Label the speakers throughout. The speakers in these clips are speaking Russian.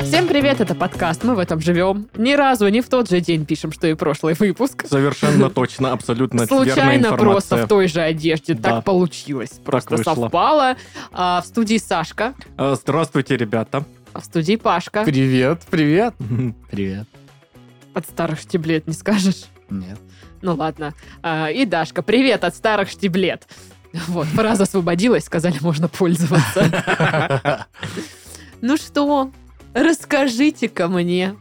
Speaker 1: Всем привет, это подкаст «Мы в этом живем». Ни разу не в тот же день пишем, что и прошлый выпуск.
Speaker 2: Совершенно точно, абсолютно верная
Speaker 1: Случайно просто
Speaker 2: информация.
Speaker 1: в той же одежде.
Speaker 2: Да.
Speaker 1: Так получилось. Просто
Speaker 2: вышло.
Speaker 1: совпало. А, в студии Сашка,
Speaker 2: Э, Здравствуйте, ребята.
Speaker 1: а в студии Пашка.
Speaker 3: Привет, привет.
Speaker 2: Мгм.
Speaker 3: Привет.
Speaker 1: От старых штиблет не скажешь.
Speaker 3: Нет.
Speaker 1: Ну ладно. А, и Дашка, привет от старых штиблет. Вот, фраза освободилась, сказали, можно пользоваться. Ну что, расскажите-ка мне,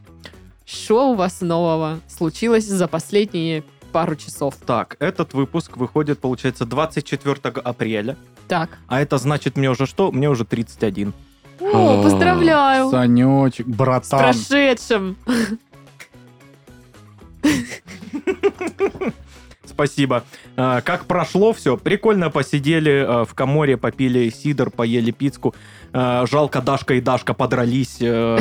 Speaker 1: что у вас нового случилось за последние пару часов?
Speaker 2: Так, этот выпуск выходит, получается, 24 апреля.
Speaker 1: Так.
Speaker 2: А это значит мне уже что? Мне уже 31.
Speaker 1: О, поздравляю!
Speaker 3: Санечек,
Speaker 1: С
Speaker 3: братан.
Speaker 1: прошедшим!
Speaker 2: Спасибо. Э, Как прошло все? Прикольно посидели э, в коморе, попили сидр, поели пиццу. Э, Жалко, Дашка и Дашка подрались. э,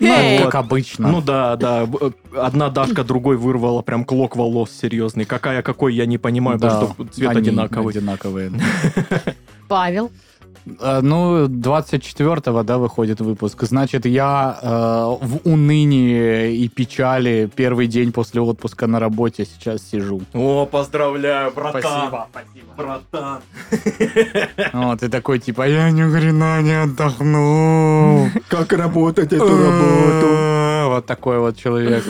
Speaker 1: Эй,
Speaker 3: Ну, как обычно.
Speaker 2: Ну да, да. В- э, Одна Дашка другой вырвала прям клок волос серьезный. Какая какой, я не понимаю,
Speaker 3: Да,
Speaker 2: потому что цвет
Speaker 3: они
Speaker 2: одинаковый.
Speaker 3: одинаковые.
Speaker 1: Павел.
Speaker 3: Э, Ну, 24-го, да, выходит выпуск. Значит, я э, в унынии и печали первый день после отпуска на работе сейчас сижу.
Speaker 2: О, поздравляю, братан. Братан.
Speaker 3: Вот, ты такой, типа, я ни хрена не отдохну.
Speaker 2: Как работать
Speaker 3: Э, Вот такой вот человек.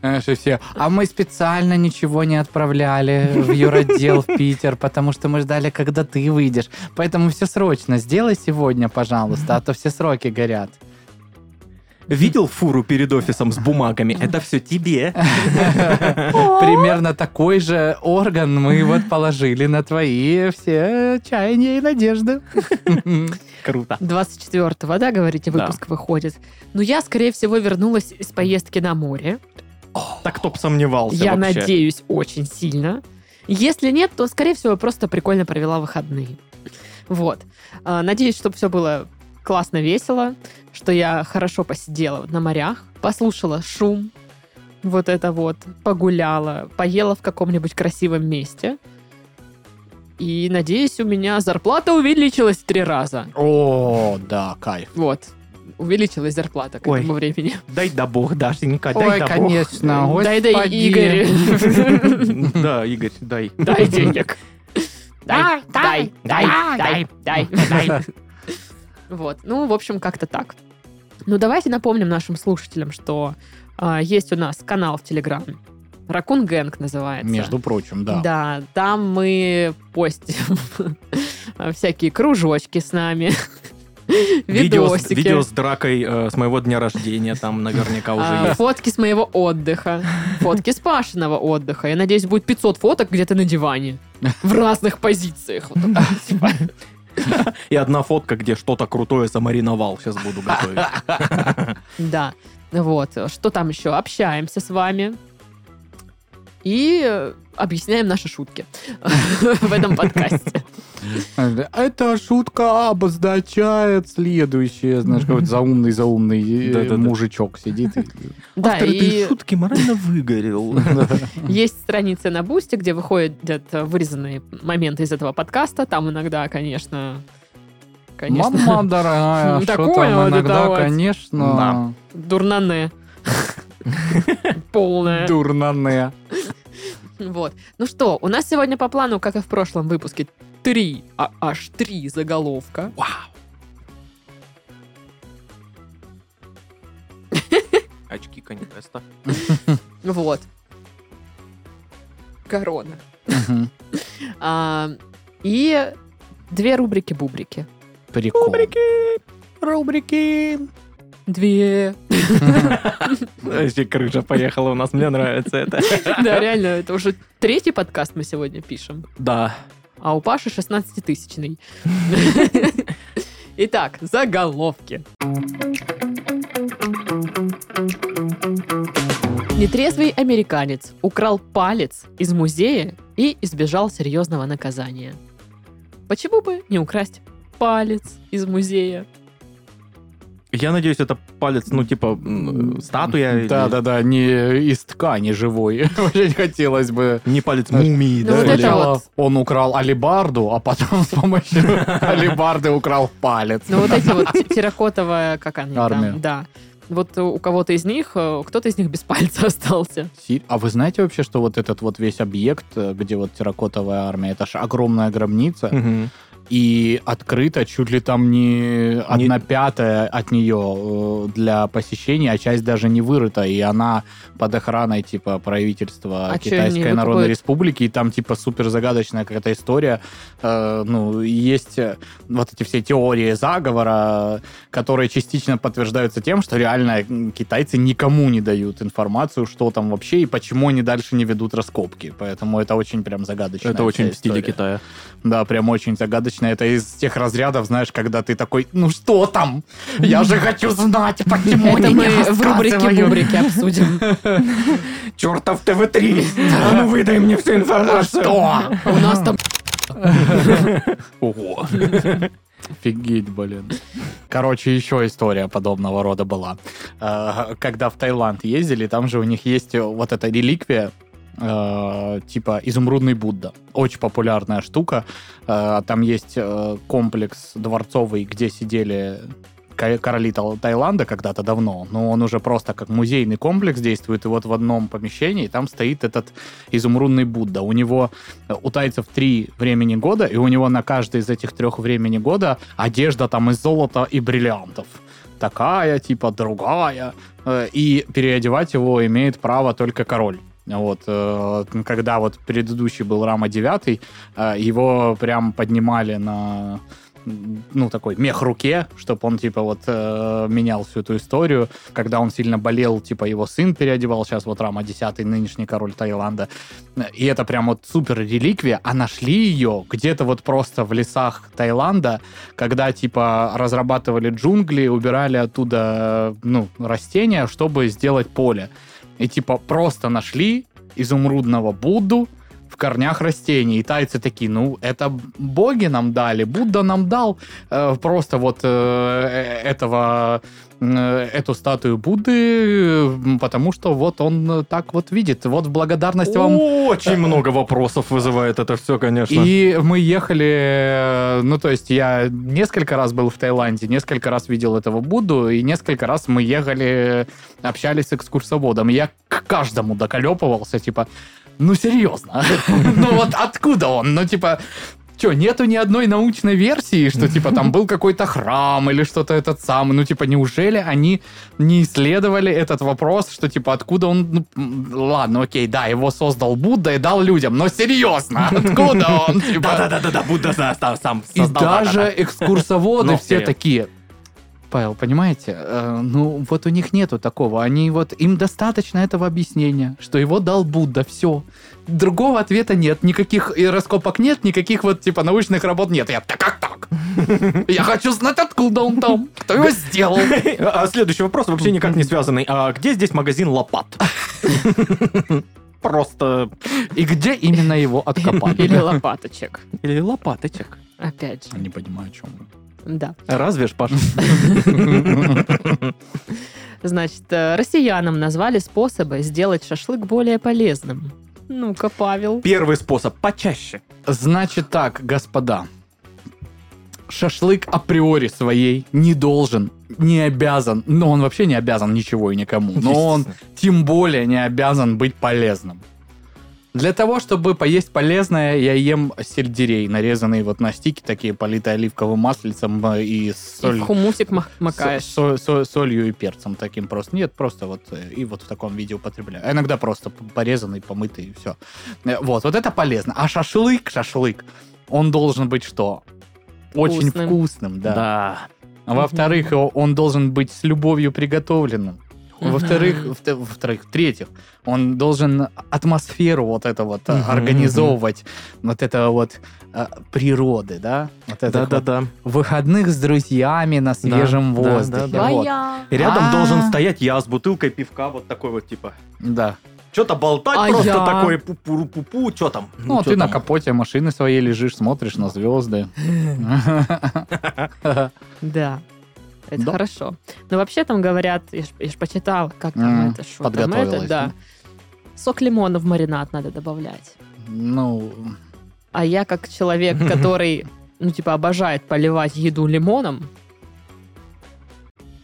Speaker 3: Знаешь, и все. А мы специально ничего не отправляли в юротдел в Питер, потому что мы ждали, когда ты выйдешь. Поэтому все срочно сделай сегодня, пожалуйста, а то все сроки горят.
Speaker 2: Видел фуру перед офисом с бумагами? Это все тебе.
Speaker 3: Примерно такой же орган мы вот положили на твои все чаяния и надежды.
Speaker 2: Круто.
Speaker 1: 24-го, да, говорите,
Speaker 2: Да.
Speaker 1: выпуск выходит. Ну, я, скорее всего, вернулась из поездки на море.
Speaker 2: Так кто б сомневался
Speaker 1: Я
Speaker 2: вообще?
Speaker 1: надеюсь очень сильно. Если нет, то, скорее всего, просто прикольно провела выходные. Вот. А, Надеюсь, чтобы все было классно, весело, что я хорошо посидела на морях, послушала шум, вот это вот, погуляла, поела в каком-нибудь красивом месте. И, надеюсь, у меня зарплата увеличилась в три раза.
Speaker 3: О, да, кайф.
Speaker 1: Вот. Увеличилась зарплата к
Speaker 2: Ой.
Speaker 1: этому времени.
Speaker 2: Дай да бог, Дашенька,
Speaker 3: Ой,
Speaker 2: дай да бог.
Speaker 3: конечно,
Speaker 1: Дай, дай,
Speaker 3: господи.
Speaker 1: Игорь.
Speaker 2: Да, Игорь, дай.
Speaker 1: Дай денег. Дай, дай, дай, дай, дай, дай. Вот, ну, в общем, как-то так. Ну, давайте напомним нашим слушателям, что а, есть у нас канал в Телеграм. Ракун Гэнг называется.
Speaker 3: Между прочим, да.
Speaker 1: Да, там мы постим всякие кружочки с нами,
Speaker 2: Видео с,
Speaker 1: видосики,
Speaker 2: видео с дракой э, с моего дня рождения там
Speaker 1: а,
Speaker 2: наверняка уже есть.
Speaker 1: фотки с моего отдыха, фотки с Пашиного отдыха. Я надеюсь, будет 500 фоток где-то на диване в разных позициях. Вот так вот, типа.
Speaker 2: И одна фотка, где что-то крутое замариновал. Сейчас буду готовить.
Speaker 1: А, Да. Вот. Что там еще? Общаемся с вами. И э, объясняем наши шутки в этом подкасте.
Speaker 3: Эта шутка обозначает следующее. Знаешь, какой-то заумный, заумный э,
Speaker 2: Да-да-да.
Speaker 3: мужичок сидит. и-
Speaker 1: Да,
Speaker 2: Автор
Speaker 1: и
Speaker 2: этой шутки морально выгорел.
Speaker 1: есть страница на Бусте, где выходят э, вырезанные моменты из этого подкаста. Там иногда, конечно... Конечно.
Speaker 3: Мама дорогая,
Speaker 1: Ну,
Speaker 3: что
Speaker 1: такое
Speaker 3: там
Speaker 1: вот это
Speaker 3: иногда,
Speaker 1: вот.
Speaker 3: конечно,
Speaker 1: Дурнане. Полная.
Speaker 3: дурнане.
Speaker 1: Вот. Ну что, у нас сегодня по плану, как и в прошлом выпуске, три, а- аж три заголовка.
Speaker 2: Очки Каникеста.
Speaker 1: Вот. Корона.
Speaker 3: Мгм.
Speaker 1: А, и две рубрики-бубрики.
Speaker 3: Прикол.
Speaker 2: Рубрики!
Speaker 1: Две.
Speaker 2: Вообще крыша поехала у нас, мне нравится это.
Speaker 1: Да, реально, это уже третий подкаст мы сегодня пишем.
Speaker 2: Да.
Speaker 1: А у Паши 16-тысячный. Итак, заголовки. Нетрезвый американец украл палец из музея и избежал серьезного наказания. Почему бы не украсть палец из музея?
Speaker 2: Я надеюсь, это палец, ну, типа, м,
Speaker 1: А
Speaker 2: статуя. или
Speaker 3: Да-да-да, не из ткани живой. Очень хотелось бы.
Speaker 2: Не палец
Speaker 3: Знаешь,
Speaker 2: мумии,
Speaker 1: Ну,
Speaker 2: да?
Speaker 1: вот это
Speaker 2: или-
Speaker 1: вот.
Speaker 3: Сначала Он украл алибарду, а потом с помощью алибарды украл палец.
Speaker 1: Ну, вот эти вот те- терракотовая, как они
Speaker 3: Армия.
Speaker 1: там, да. Вот у кого-то из них, э, кто-то из них без пальца остался.
Speaker 3: Си- А вы знаете вообще, что вот этот вот весь объект, э, где вот терракотовая армия, это же огромная гробница,
Speaker 2: Мгм.
Speaker 3: и открыта чуть ли там не одна пятая от нее э, для посещения, а часть даже не вырыта, и она под охраной типа правительства
Speaker 1: А чё, не
Speaker 3: Китайской
Speaker 1: выкопают?
Speaker 3: Народной Республики, и там типа супер загадочная какая-то история. Э, ну, и есть э, вот эти все теории заговора, э, которые частично подтверждаются тем, что реально м, китайцы никому не дают информацию, что там вообще и почему они дальше не ведут раскопки. Поэтому это очень прям загадочная
Speaker 2: Это очень
Speaker 3: вся
Speaker 2: в стиле
Speaker 3: история.
Speaker 2: Китая.
Speaker 3: Да, прям очень загадочно. Это из тех разрядов, знаешь, когда ты такой, ну что там? Я же хочу знать, почему
Speaker 1: Это
Speaker 3: они
Speaker 1: мы
Speaker 3: не
Speaker 1: в рубрике
Speaker 3: рассказывают».
Speaker 1: бубрике обсудим.
Speaker 2: Чертов ТВ-3! А ну выдай мне всю информацию!
Speaker 3: Что?
Speaker 1: У нас там
Speaker 2: Ого!
Speaker 3: Офигеть, блин. Короче, еще история подобного рода была. Э, Когда в Таиланд ездили, там же у них есть вот эта реликвия, э, типа изумрудный Будда. Очень популярная штука. Э, Там есть э, комплекс дворцовый, где сидели ко- короли Тал- Таиланда когда-то давно, но он уже просто как музейный комплекс действует, и вот в одном помещении там стоит этот изумрудный Будда. У него, э, у тайцев три времени года, и у него на каждый из этих трех времени года одежда там из золота и бриллиантов. Такая, типа, другая. Э, И переодевать его имеет право только король. Вот, э, когда вот предыдущий был Рама 9, его прям поднимали на м, ну, такой мех руке, чтобы он, типа, вот э, менял всю эту историю. Когда он сильно болел, типа, его сын переодевал, сейчас вот Рама 10, нынешний король Таиланда. И это прям вот супер реликвия, а нашли ее где-то вот просто в лесах Таиланда, когда, типа, разрабатывали джунгли, убирали оттуда, э, ну, растения, чтобы сделать поле. И, типа, просто нашли изумрудного Будду, в корнях растений. И тайцы такие, ну, это боги нам дали, Будда нам дал э, просто вот э, э, этого м, э, эту статую Будды, э, м, потому что вот он э, так вот видит. Вот в благодарность вам.
Speaker 2: Очень много вопросов вызывает это все, конечно.
Speaker 3: И мы ехали, э, ну, то есть я несколько раз был в Таиланде, несколько раз видел этого Будду, и несколько раз мы ехали, общались с экскурсоводом. И Я к каждому доколепывался, типа, ну, серьезно. Ну, вот откуда он? Ну, типа, Че, нету ни одной научной версии, что типа там был какой-то храм или что-то этот самый. Ну, типа, неужели они не исследовали этот вопрос, что типа откуда он. ну, м, ладно, окей, да, его создал Будда и дал людям. Но серьезно, откуда он? типа?
Speaker 2: Да-да-да-да, Будда за- сам сам
Speaker 3: И
Speaker 2: создал.
Speaker 3: даже экскурсоводы
Speaker 2: Ну,
Speaker 3: все
Speaker 2: вперед.
Speaker 3: такие. Павел, понимаете, э, ну вот у них нету такого. Они вот им достаточно этого объяснения, что его дал Будда, все. Другого ответа нет, никаких и раскопок нет, никаких вот типа научных работ нет. Я так как так? Я хочу знать, откуда он там, кто его сделал.
Speaker 2: А Следующий вопрос вообще никак не связанный. А где здесь магазин лопат? Просто...
Speaker 3: И где именно его
Speaker 1: или
Speaker 3: откопали?
Speaker 1: лопаточек.
Speaker 2: Или лопаточек.
Speaker 1: Опять же,
Speaker 3: Не понимаю, о чем вы.
Speaker 1: да.
Speaker 2: Разве ж, Паш?
Speaker 1: Значит, э, россиянам назвали способы сделать шашлык более полезным. Ну-ка, Павел.
Speaker 2: Первый способ. Почаще.
Speaker 3: Значит так, господа. Шашлык априори своей не должен, не обязан, но он вообще не обязан ничего и никому, но он тем более не обязан быть полезным. Для того, чтобы поесть полезное, я ем сельдерей, нарезанные вот на стики, такие политые оливковым маслицем э, и
Speaker 1: И в
Speaker 3: соль.
Speaker 1: хумусик мах- макаешь.
Speaker 3: со- со- со- солью и перцем таким просто. Нет, просто вот э, и вот в таком виде употребляю. А Иногда просто п- порезанный, помытый и все. Вот, вот это полезно. А шашлык, шашлык, он должен быть что? Очень
Speaker 1: Вкусным.
Speaker 3: вкусным, да. А Во-вторых, его- он должен быть с любовью приготовленным.
Speaker 1: Мгм.
Speaker 3: Во-вторых, вт- во-вторых, в-третьих, он должен атмосферу вот это вот э,
Speaker 2: Мгм,
Speaker 3: организовывать, вот это вот э, природы, да? Вот это вот
Speaker 2: Да-да-да.
Speaker 3: выходных с друзьями на свежем
Speaker 2: да,
Speaker 3: воздухе.
Speaker 2: да,
Speaker 3: Вот.
Speaker 1: Ая.
Speaker 2: Рядом
Speaker 3: А.
Speaker 2: должен стоять я с бутылкой пивка, вот такой вот типа.
Speaker 3: Да.
Speaker 2: Что-то болтать
Speaker 1: А
Speaker 2: просто
Speaker 1: я?
Speaker 2: такой пу-пу-пу-пу, что там?
Speaker 3: Ну, а
Speaker 2: чё
Speaker 3: ты на
Speaker 2: там?
Speaker 3: капоте машины своей лежишь, смотришь на звезды.
Speaker 1: Да. Это
Speaker 3: Да.
Speaker 1: хорошо. Но вообще там говорят, я ж, я ж почитала, как там
Speaker 3: М,
Speaker 1: это, что там а ну, это,
Speaker 3: подготовилась,
Speaker 1: да. Сок лимона в маринад надо добавлять.
Speaker 3: Ну,
Speaker 1: А я как человек, который, ну, типа, обожает поливать еду лимоном,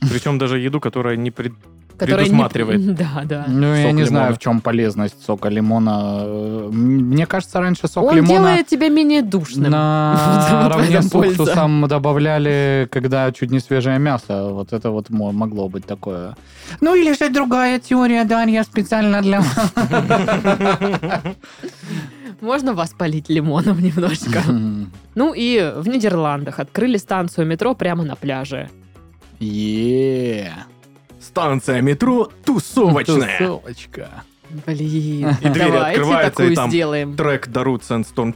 Speaker 2: Причем даже еду, которая не пред...
Speaker 1: который... не-
Speaker 2: Предусматривает.
Speaker 1: Да, да.
Speaker 3: ну я
Speaker 2: Сок
Speaker 3: не знаю,
Speaker 2: лимона.
Speaker 3: в чем полезность сока лимона. Э, м, Мне кажется, раньше сок
Speaker 1: Он
Speaker 3: лимона
Speaker 1: делает тебя менее душным.
Speaker 3: на
Speaker 1: Вот в
Speaker 3: равне
Speaker 1: этом
Speaker 3: с
Speaker 1: польза.
Speaker 3: уксусом добавляли, когда чуть не свежее мясо. Вот это вот мо- могло быть такое. Ну или же другая теория, Дарья, специально для вас.
Speaker 1: Можно вас полить лимоном немножечко. Ну и в Нидерландах открыли станцию метро прямо на пляже.
Speaker 3: Е.
Speaker 2: Станция метро тусовочная.
Speaker 3: Тусовочка.
Speaker 1: Блин,
Speaker 2: И двери
Speaker 1: давайте
Speaker 2: открываются, и
Speaker 1: такую
Speaker 2: там
Speaker 1: сделаем.
Speaker 2: Трек The Roots and Storm.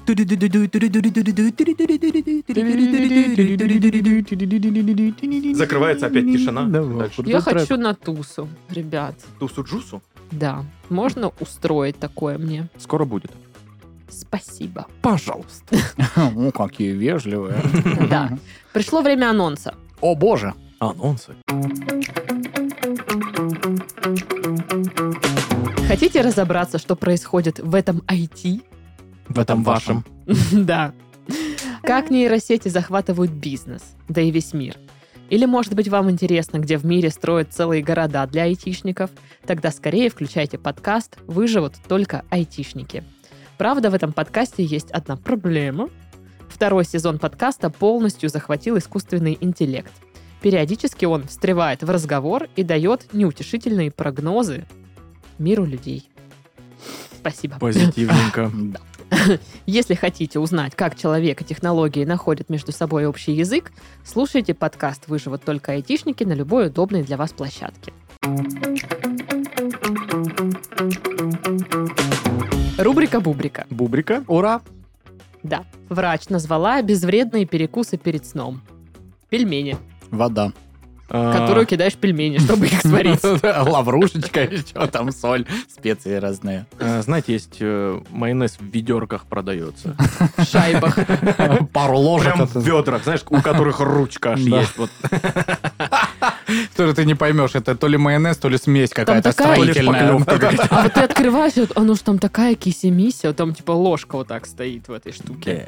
Speaker 2: Закрывается опять тишина.
Speaker 3: Давай.
Speaker 2: Дальше.
Speaker 1: Я
Speaker 3: Трек.
Speaker 1: хочу на тусу, ребят.
Speaker 2: Тусу-джусу.
Speaker 1: Да, можно устроить такое мне.
Speaker 2: Скоро будет.
Speaker 1: Спасибо.
Speaker 2: Пожалуйста.
Speaker 3: Ну, какие вежливые.
Speaker 1: Да. Пришло время анонса.
Speaker 3: О, боже.
Speaker 2: Анонсы.
Speaker 1: Хотите разобраться, что происходит в этом IT?
Speaker 3: В
Speaker 2: этом вашем.
Speaker 1: Да. Как нейросети захватывают бизнес, да и весь мир. Или, может быть, вам интересно, где в мире строят целые города для айтишников? Тогда скорее включайте подкаст «Выживут только айтишники». Правда, в этом подкасте есть одна проблема. Второй сезон подкаста полностью захватил искусственный интеллект. Периодически он встревает в разговор и дает неутешительные прогнозы миру людей. Спасибо.
Speaker 2: Позитивненько.
Speaker 3: Да.
Speaker 1: Если хотите узнать, как человек и технологии находят между собой общий язык, слушайте подкаст «Выживут только айтишники» на любой удобной для вас площадке. Рубрика «Бубрика».
Speaker 2: Бубрика.
Speaker 3: Ура.
Speaker 1: Да. Врач назвала безвредные перекусы перед сном. Пельмени,
Speaker 3: Вода.
Speaker 2: А.
Speaker 1: которую кидаешь в пельмени, чтобы их сварить.
Speaker 3: Лаврушечка, еще там соль, специи разные.
Speaker 2: А, Знаете, есть э, майонез в ведерках продается.
Speaker 1: В шайбах.
Speaker 3: Пару ложек.
Speaker 2: Прям в ведрах, знаешь, у которых ручка аж
Speaker 3: Да.
Speaker 2: есть. Вот
Speaker 3: Тоже ты не поймешь, это то ли майонез, то ли смесь какая-то
Speaker 1: такая- То
Speaker 2: ли
Speaker 3: строительная.
Speaker 2: шпаклевка какая-то.
Speaker 1: А вот ты открываешь, и вот, оно ж там такая киси-миси, а там типа ложка вот так стоит в этой штуке.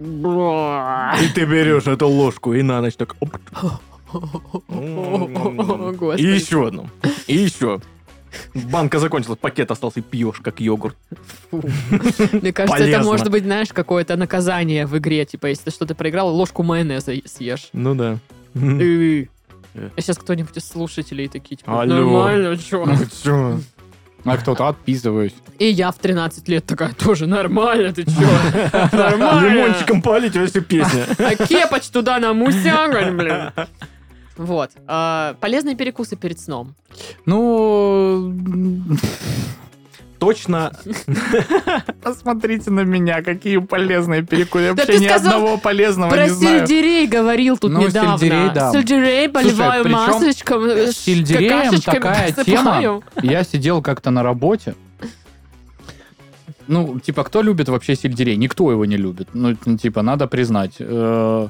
Speaker 1: Бра.
Speaker 2: И ты берешь эту ложку и на ночь так... оп. М-м-м.
Speaker 1: Господи.
Speaker 2: И еще одну. И еще. Банка закончилась, пакет остался, и пьешь, как йогурт.
Speaker 1: Фу. Мне кажется, это
Speaker 2: Полезно.
Speaker 1: может быть, знаешь, какое-то наказание в игре. Типа, если ты что-то проиграл, ложку майонеза е- съешь.
Speaker 2: Ну да.
Speaker 1: Э.
Speaker 2: Э.
Speaker 1: А сейчас кто-нибудь из слушателей такие, типа,
Speaker 2: Алло.
Speaker 1: нормально, чё?
Speaker 3: А кто-то отписываюсь.
Speaker 1: И я в 13 лет такая, тоже нормально, ты чё? Нормально.
Speaker 2: Лимончиком полить, если песня.
Speaker 1: А кепоч туда на мусягаль, блин. Вот. А, Полезные перекусы перед сном.
Speaker 3: Ну,
Speaker 2: Точно.
Speaker 3: посмотрите на меня, какие полезные перекусы. Я
Speaker 1: Да
Speaker 3: Вообще
Speaker 1: ты
Speaker 3: ни
Speaker 1: сказал
Speaker 3: одного полезного
Speaker 1: Про
Speaker 3: не знаю.
Speaker 1: сельдерей говорил тут
Speaker 3: Ну,
Speaker 1: недавно.
Speaker 3: сельдерей, да.
Speaker 1: Сельдерей поливаю
Speaker 3: причем
Speaker 1: масочком, э,
Speaker 3: с сельдереем
Speaker 1: какашечками
Speaker 3: такая
Speaker 1: посыпаю.
Speaker 3: тема. Я сидел как-то на работе. Ну, типа, кто любит вообще сельдерей? Никто его не любит. Ну, типа, надо признать. Э,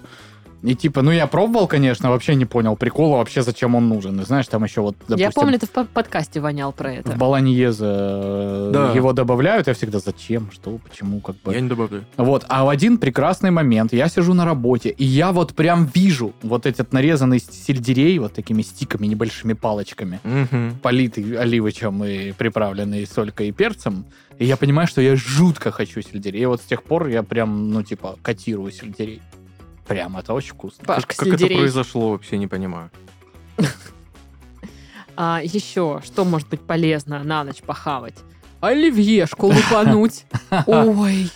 Speaker 3: И типа, ну я пробовал, конечно, вообще не понял прикола вообще, зачем он нужен. И знаешь, там еще вот, допустим,
Speaker 1: Я помню, ты в по- подкасте вонял про
Speaker 3: в
Speaker 1: это.
Speaker 3: баланьезе э,
Speaker 2: Да.
Speaker 3: его добавляют, я всегда зачем, что, почему, как бы.
Speaker 2: Я не добавлю.
Speaker 3: Вот, а в один прекрасный момент я сижу на работе, и я вот прям вижу вот этот нарезанный сельдерей вот такими стиками, небольшими палочками
Speaker 2: Мгм.
Speaker 3: политый оливочем и приправленный солькой и перцем. И я понимаю, что я жутко хочу сельдерей. И вот с тех пор я прям, ну, типа, котирую сельдерей. Прям, это очень вкусно.
Speaker 1: Пашка
Speaker 2: Как это
Speaker 1: сельдерей.
Speaker 2: произошло, вообще не понимаю.
Speaker 1: А еще, что может быть полезно на ночь похавать? Оливьешку лупануть. Ой,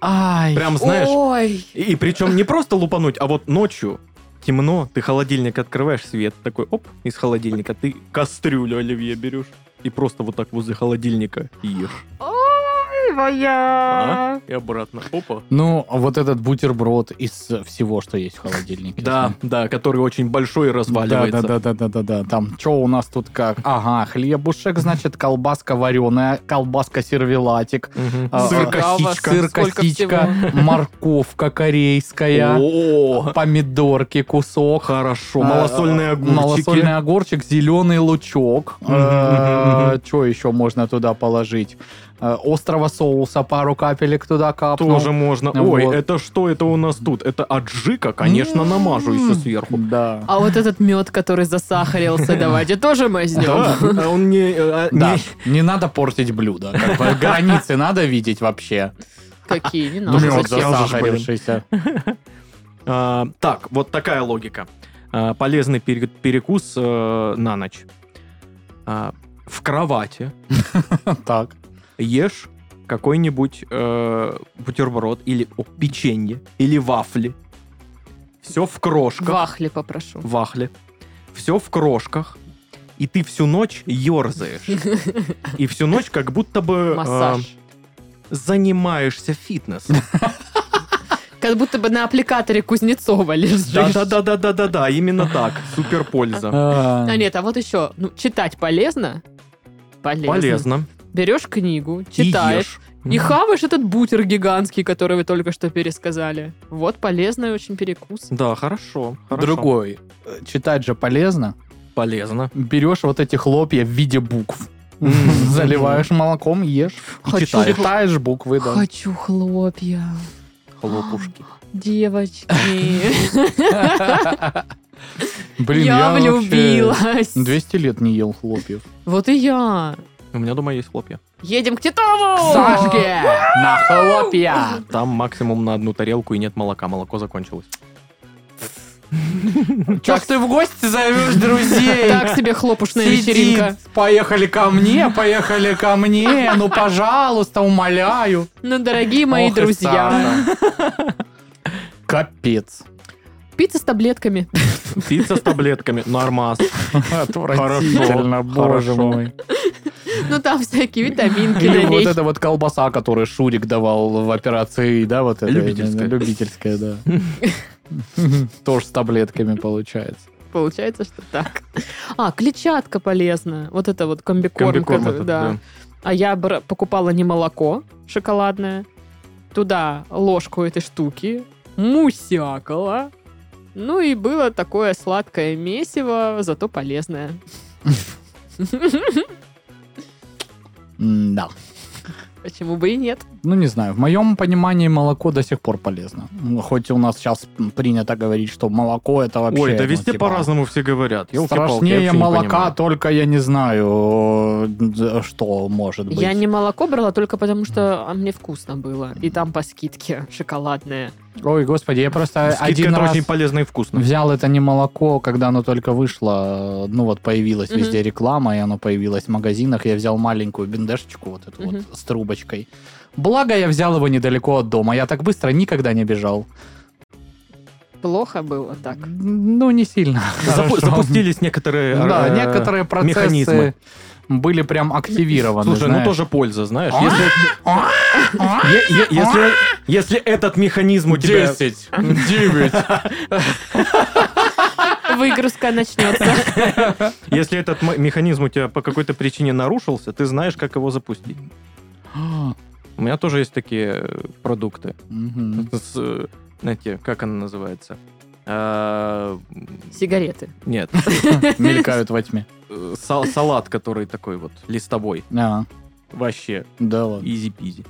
Speaker 3: Ай,
Speaker 2: Прям, знаешь,
Speaker 1: ой.
Speaker 2: и причем не просто лупануть, а вот ночью темно, ты холодильник открываешь, свет такой, оп, из холодильника ты кастрюлю оливье берешь и просто вот так возле холодильника ешь.
Speaker 1: Ой, красивая.
Speaker 2: И обратно. Опа.
Speaker 3: Ну, а вот этот бутерброд из всего, что есть в холодильнике.
Speaker 2: Да, да, который очень большой и
Speaker 3: Да,
Speaker 2: разваливается.
Speaker 3: да, да, да, да, да, да. Там, что у нас тут как? Ага, хлебушек, значит, колбаска вареная, колбаска сервелатик,
Speaker 2: Мгм.
Speaker 3: а,
Speaker 2: Сыр
Speaker 3: а,
Speaker 2: косичка.
Speaker 3: сыр
Speaker 1: Сколько
Speaker 3: косичка, морковка корейская,
Speaker 2: О,
Speaker 3: помидорки кусок,
Speaker 2: хорошо.
Speaker 3: а,
Speaker 2: Малосольные огурчики.
Speaker 3: малосольный огурчик, зеленый лучок.
Speaker 2: Мгм, мгм,
Speaker 3: Что еще можно туда положить? Э, Острого соуса пару капелек туда капнул.
Speaker 2: Тоже можно.
Speaker 3: Ну
Speaker 2: Ой,
Speaker 3: вот.
Speaker 2: это что это у нас тут? Это аджика, конечно, намажу
Speaker 3: М-м.
Speaker 2: еще сверху.
Speaker 3: Да.
Speaker 1: А вот этот мед, который засахарился, давайте тоже мазнем.
Speaker 2: Да, а он не... э, а,
Speaker 3: Да,
Speaker 2: не-
Speaker 3: не надо портить блюдо. Как бы границы надо видеть вообще.
Speaker 1: Какие, не
Speaker 2: Ну,
Speaker 1: надо.
Speaker 3: Мёд
Speaker 1: зачем?
Speaker 2: засахарился.
Speaker 3: засахарившийся.
Speaker 2: А, Так, вот такая логика. А, Полезный пере- перекус э, на ночь. А, В кровати
Speaker 3: Так.
Speaker 2: ешь какой-нибудь э, бутерброд или о, печенье, или вафли. Все в крошках.
Speaker 1: Вахли попрошу.
Speaker 2: вахли. Все в крошках. И ты всю ночь ерзаешь. И всю ночь как будто бы э,
Speaker 1: Массаж.
Speaker 2: занимаешься фитнесом.
Speaker 1: Как будто бы на аппликаторе Кузнецова лежишь.
Speaker 2: Да-да-да-да-да-да, именно так. Супер польза.
Speaker 1: А
Speaker 3: А
Speaker 1: нет, а вот еще, ну, читать полезно? Полезно.
Speaker 2: Полезно.
Speaker 1: Берешь книгу,
Speaker 2: И
Speaker 1: читаешь,
Speaker 2: ешь.
Speaker 1: и, хаваешь этот бутер гигантский, который вы только что пересказали. Вот полезный очень перекус.
Speaker 2: Да, хорошо. хорошо.
Speaker 3: Другой. Э, Читать же полезно.
Speaker 2: Полезно.
Speaker 3: Берешь вот эти хлопья в виде букв.
Speaker 2: Мгм.
Speaker 3: Заливаешь молоком, ешь.
Speaker 2: И
Speaker 1: Хочу.
Speaker 2: читаешь.
Speaker 3: Читаешь буквы, да.
Speaker 1: Хочу хлопья,
Speaker 2: Хлопушки.
Speaker 1: девочки.
Speaker 3: Блин,
Speaker 1: я
Speaker 3: вообще
Speaker 1: влюбилась.
Speaker 3: 200 лет не ел хлопьев.
Speaker 1: Вот и я.
Speaker 2: У меня дома есть хлопья.
Speaker 1: Едем к Титову!
Speaker 3: Сашке! На хлопья!
Speaker 2: Там максимум на одну тарелку и нет молока. Молоко закончилось.
Speaker 3: Чё ж ты в гости зовешь друзей?
Speaker 1: Так себе хлопушная
Speaker 3: Сидит.
Speaker 1: вечеринка.
Speaker 3: Поехали ко мне, поехали ко мне. Ну, пожалуйста, умоляю.
Speaker 1: Ну, дорогие мои
Speaker 3: Ох и
Speaker 1: друзья.
Speaker 3: Саша. Капец.
Speaker 1: Пицца с таблетками.
Speaker 2: Пицца с таблетками. Нормас.
Speaker 3: Отвратительно, боже
Speaker 2: хорошо.
Speaker 3: мой.
Speaker 1: Ну, там всякие витаминки
Speaker 3: Или
Speaker 1: на
Speaker 3: вот
Speaker 1: ней.
Speaker 3: эта вот колбаса, которую Шурик давал в операции, да, вот это.
Speaker 2: Любительская.
Speaker 3: Любительская, да. Тоже с таблетками получается.
Speaker 1: Получается, что так. А, клетчатка полезная. Вот это вот комбикорм.
Speaker 2: Комбикорм
Speaker 1: который-
Speaker 2: этот,
Speaker 1: да.
Speaker 2: да.
Speaker 1: А я бра- покупала не молоко шоколадное, туда ложку этой штуки, мусякала. Ну и было такое сладкое месиво, зато полезное.
Speaker 3: М, Да.
Speaker 1: Почему бы и нет?
Speaker 3: Ну, не знаю, в моем понимании молоко до сих пор полезно. Ну, Хоть у нас сейчас принято говорить, что молоко это вообще...
Speaker 2: Ой, да
Speaker 3: ну,
Speaker 2: везде
Speaker 3: типа,
Speaker 2: по-разному все говорят. Ёлки-палки, я
Speaker 3: Страшнее
Speaker 2: вообще не
Speaker 3: молока, э,
Speaker 2: понимаю.
Speaker 3: только я не знаю, э, что может быть.
Speaker 1: Я не молоко брала только потому, что а, мне вкусно было. И там по скидке шоколадное.
Speaker 3: Ой, господи, я просто
Speaker 2: Скидка
Speaker 3: один
Speaker 2: это
Speaker 3: раз
Speaker 2: очень полезно и вкусно.
Speaker 3: взял это не молоко, когда оно только вышло, э, ну вот появилась
Speaker 1: Мгм.
Speaker 3: везде реклама, и оно появилось в магазинах, я взял маленькую бендешечку вот эту
Speaker 1: Мгм.
Speaker 3: вот с трубочкой. Благо, я взял его недалеко от дома, я так быстро никогда не бежал.
Speaker 1: Плохо было так.
Speaker 3: Ну, не сильно.
Speaker 2: Запу-
Speaker 3: Хорошо.
Speaker 2: Запустились некоторые э,
Speaker 3: Да, некоторые процессы
Speaker 2: механизмы.
Speaker 3: были прям активированы.
Speaker 2: Слушай, ну
Speaker 3: знаешь.
Speaker 2: тоже польза, знаешь.
Speaker 3: А?
Speaker 2: Если Е- е- Если, если этот механизм у тебя...
Speaker 3: девять.
Speaker 1: Выгрузка начнется.
Speaker 2: Если этот м- механизм у тебя по какой-то причине нарушился, ты знаешь, как его запустить. У меня тоже есть такие э, продукты.
Speaker 3: Мгм.
Speaker 2: С, э, знаете, как она называется? А, м,
Speaker 1: Сигареты.
Speaker 2: Нет.
Speaker 3: Мелькают во тьме.
Speaker 2: Э, сал- Салат, который такой вот листовой.
Speaker 3: А,
Speaker 2: Вообще,
Speaker 3: да ладно.
Speaker 2: изи-пизи.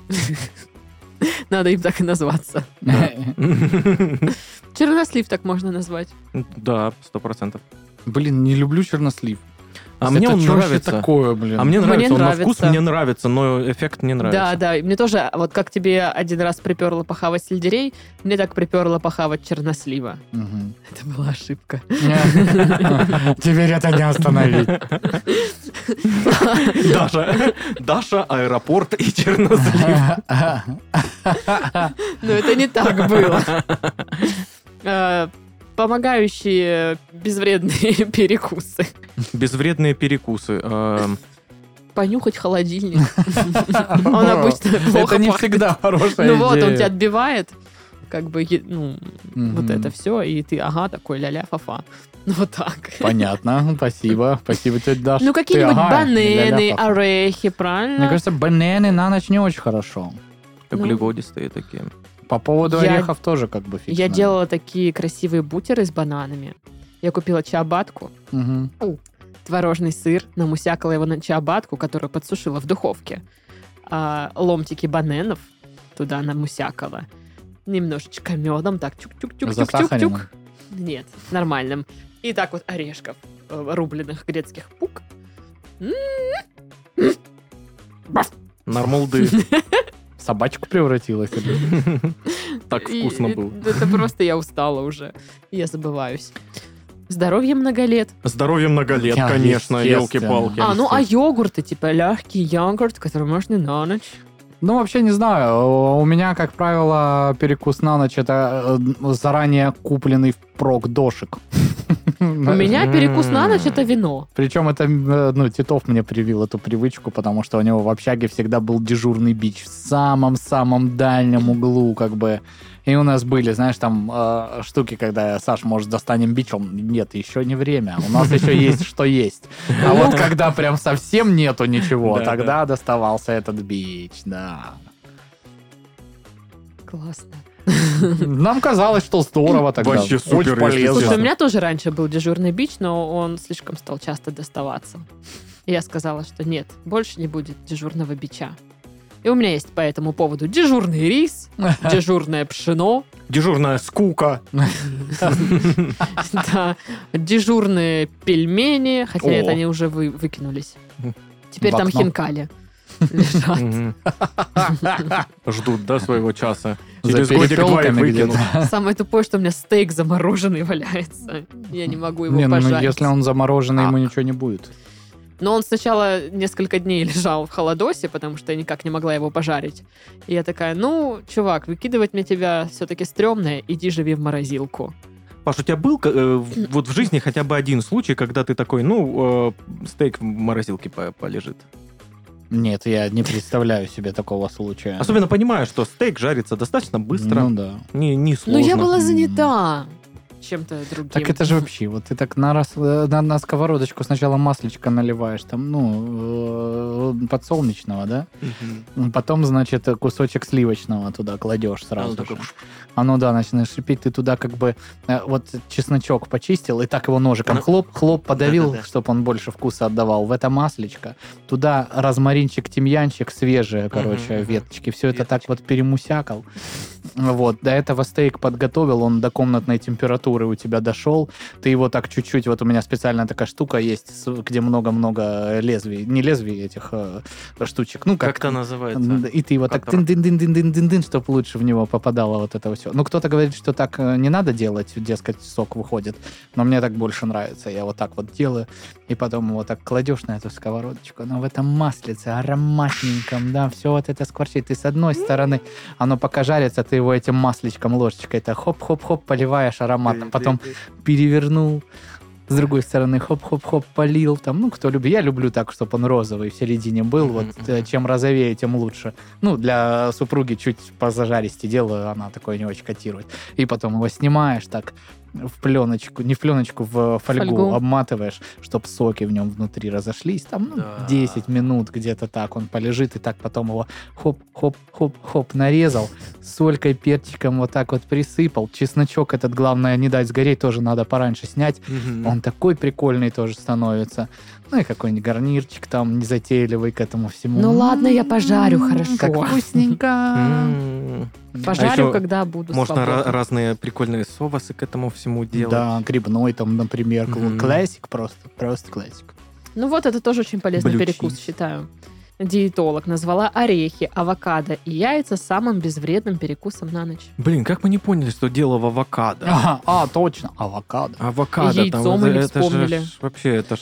Speaker 1: Надо им так и назваться. Чернослив так можно назвать.
Speaker 2: Да, сто процентов.
Speaker 3: Блин, не люблю чернослив.
Speaker 2: А мне
Speaker 3: Это
Speaker 2: он
Speaker 3: чё вообще
Speaker 2: нравится.
Speaker 3: такое, блин?
Speaker 2: А мне
Speaker 1: Мне
Speaker 2: нравится, он на вкус
Speaker 1: нравится.
Speaker 2: мне нравится, но эффект
Speaker 1: Да,
Speaker 2: не нравится.
Speaker 1: да. И мне тоже, вот как тебе один раз приперло похавать сельдерей, мне так приперло похавать чернослива.
Speaker 3: Мгм.
Speaker 1: Это была ошибка.
Speaker 3: Теперь это не остановить.
Speaker 2: Даша, Даша, аэропорт и чернослив.
Speaker 1: Но это не так было. Э, Помогающие безвредные перекусы.
Speaker 2: Безвредные перекусы. Эм,
Speaker 1: понюхать холодильник. Он обычно плохо
Speaker 3: Это не
Speaker 1: пахнет.
Speaker 3: всегда хорошая
Speaker 1: Ну вот, он тебя
Speaker 3: идея.
Speaker 1: отбивает, как бы, е- ну, вот
Speaker 3: Мгм.
Speaker 1: это все, и ты, ага, такой ля-ля, фа-фа. Ну, вот так.
Speaker 3: Понятно, спасибо. Спасибо, тетя Даша.
Speaker 1: Ну, какие-нибудь
Speaker 3: Ты, ага, а
Speaker 1: бананы,
Speaker 3: ля-ля-ля-ля.
Speaker 1: орехи,
Speaker 3: Мне
Speaker 1: правильно?
Speaker 3: кажется, бананы на ночь не очень хорошо.
Speaker 2: Ну. Углеводистые такие.
Speaker 3: По поводу
Speaker 1: Я-
Speaker 3: орехов тоже как бы фиг.
Speaker 1: Я
Speaker 3: знает.
Speaker 1: делала такие красивые бутеры с бананами. Я купила чабатку,
Speaker 3: Мгм.
Speaker 1: творожный сыр, намусякала его на чабатку, которую подсушила в духовке. А, ломтики бананов туда намусякала. Немножечко медом, так
Speaker 3: Засахаренным?
Speaker 1: чук-чук-чук-чук-чук. Нет, нормальным. И так вот орешков, э, рубленых грецких пук.
Speaker 2: Нормулды.
Speaker 3: В Собачку превратилась. или?
Speaker 2: Так
Speaker 1: И-
Speaker 2: вкусно
Speaker 1: и-
Speaker 2: было.
Speaker 1: Это просто я устала уже. Я забываюсь. Здоровье много лет.
Speaker 2: Здоровье многолет,
Speaker 3: Я,
Speaker 2: конечно,
Speaker 3: А, естественно.
Speaker 2: елки-палки.
Speaker 1: А, ну а
Speaker 3: естественно.
Speaker 1: йогурты, типа легкий йогурт, который можно на ночь.
Speaker 3: Ну, вообще не знаю. У меня, как правило, перекус на ночь это э, заранее купленный впрок дошик. Ну,
Speaker 1: У меня перекус на
Speaker 2: М.
Speaker 1: ночь это вино.
Speaker 3: Причем это, э, ну, Титов мне привил эту привычку, потому что у него в общаге всегда был дежурный бич в самом-самом дальнем углу, как бы. И у нас были, знаешь, там э, штуки, когда Саш, может, достанем бичом. Нет, еще не время. У нас еще есть что есть. А вот когда прям совсем нету ничего,
Speaker 2: Да,
Speaker 3: тогда доставался этот бич, да.
Speaker 1: Классно.
Speaker 3: Нам казалось, что здорово тогда.
Speaker 2: Вообще супер,
Speaker 3: Очень полезно.
Speaker 2: естественно.
Speaker 1: Слушай, у меня тоже раньше был дежурный бич, но он слишком стал часто доставаться. И я сказала, что нет, больше не будет дежурного бича. И у меня есть по этому поводу дежурный рис, дежурное пшено,
Speaker 2: Дежурная скука.
Speaker 1: да, дежурные пельмени, хотя
Speaker 2: О.
Speaker 1: это они уже вы- выкинулись. Теперь
Speaker 3: В
Speaker 1: там
Speaker 3: окно.
Speaker 1: хинкали лежат.
Speaker 2: Мгм. Ждут, да, своего часа.
Speaker 3: За
Speaker 2: Через годик-два их
Speaker 3: перепелками
Speaker 2: выкинут.
Speaker 3: где-то.
Speaker 1: Самое тупое, что у меня стейк замороженный валяется. Я не могу его
Speaker 3: Не, ну,
Speaker 1: пожарить.
Speaker 3: если он замороженный, ему
Speaker 1: Так.
Speaker 3: ничего не будет.
Speaker 1: Но он сначала несколько дней лежал в холодосе, потому что я никак не могла его пожарить. И я такая, ну, чувак, выкидывать мне тебя все-таки стрёмное, иди живи в морозилку.
Speaker 2: Паш, у тебя был э, в- вот в жизни хотя бы один случай, когда ты такой, ну, э, стейк в морозилке по- полежит?
Speaker 3: Нет, я не представляю себе такого случая.
Speaker 2: Особенно понимаю, что стейк жарится достаточно быстро,
Speaker 3: Ну да.
Speaker 2: не, не
Speaker 1: Ну,
Speaker 2: сложно.
Speaker 1: я была занята чем-то другим.
Speaker 3: Так это же вообще, вот ты так на, раз, э, на, на сковородочку сначала маслечко наливаешь, там, ну, э, подсолнечного, да?
Speaker 2: Мгм.
Speaker 3: Потом, значит, кусочек сливочного туда кладешь сразу
Speaker 2: Оно такое
Speaker 3: же. Оно, А ну да, начинает шипеть, ты туда как бы э, вот чесночок почистил, и так его ножиком
Speaker 2: Ну.
Speaker 3: хлоп-хлоп подавил,
Speaker 2: Да-да-да.
Speaker 3: чтобы он больше вкуса отдавал. В это маслечко. Туда розмаринчик, тимьянчик, свежие, короче,
Speaker 2: мгм.
Speaker 3: веточки. Все это так вот перемусякал. Вот, до этого стейк подготовил, он до комнатной температуры у тебя дошел. Ты его так чуть-чуть, вот у меня специальная такая штука есть, с- где много-много лезвий, не лезвий этих э, штучек, ну, как,
Speaker 2: Как это
Speaker 3: Н-
Speaker 2: называется?
Speaker 3: И ты его так
Speaker 2: Как-то-
Speaker 3: дын дын дын дын дын дын дын чтобы лучше в него попадало вот это все. Ну, кто-то говорит, что так э, не надо делать, дескать, сок выходит. Но мне так больше нравится. Я вот так вот делаю, и потом его так кладешь на эту сковородочку. Но в этом маслице ароматненьком, да, все вот это скворчит. И с одной стороны оно пока жарится, ты его этим масличком, ложечкой, это хоп-хоп-хоп поливаешь ароматом. Потом перевернул, с другой стороны, хоп-хоп-хоп, полил. Там, ну, кто любит. Я люблю так, чтобы он розовый в середине был.
Speaker 2: Мгм,
Speaker 3: Вот
Speaker 2: мгм.
Speaker 3: э, чем розовее, тем лучше. Ну, для супруги чуть позажаристи делаю, она такое не очень котирует. И потом его снимаешь так в пленочку, не в пленочку, в фольгу,
Speaker 1: Фольгу.
Speaker 3: обматываешь, чтобы соки в нем внутри разошлись. Там ну,
Speaker 2: Да.
Speaker 3: 10 минут где-то так он полежит, и так потом его хоп-хоп-хоп-хоп нарезал солькой, перчиком вот так вот присыпал. Чесночок этот, главное, не дать сгореть, тоже надо пораньше снять.
Speaker 2: Мгм.
Speaker 3: Он такой прикольный тоже становится. Ну и какой-нибудь гарнирчик там незатейливый к этому всему.
Speaker 1: Ну ладно, я
Speaker 3: М,
Speaker 1: пожарю, хорошо.
Speaker 3: Как
Speaker 2: М-м-м.
Speaker 3: вкусненько.
Speaker 2: М. А
Speaker 1: Пожарю,
Speaker 2: еще
Speaker 1: когда буду
Speaker 2: Можно
Speaker 1: свободна.
Speaker 2: ра- разные прикольные совасы к этому всему делать. М-м-м.
Speaker 3: Да, грибной там, например,
Speaker 2: Мгм.
Speaker 3: классик просто, просто классик.
Speaker 1: Ну вот, это тоже очень полезный
Speaker 2: Блю
Speaker 1: перекус,
Speaker 2: чиз.
Speaker 1: считаю. Диетолог назвала орехи, авокадо и яйца самым безвредным перекусом на ночь.
Speaker 2: Блин, как мы не поняли, что дело в авокадо?
Speaker 3: А, а, точно, авокадо.
Speaker 2: Авокадо
Speaker 1: Яйцо
Speaker 2: там,
Speaker 1: мы не
Speaker 2: это же
Speaker 1: вспомнили.
Speaker 2: ж- вообще, это ж...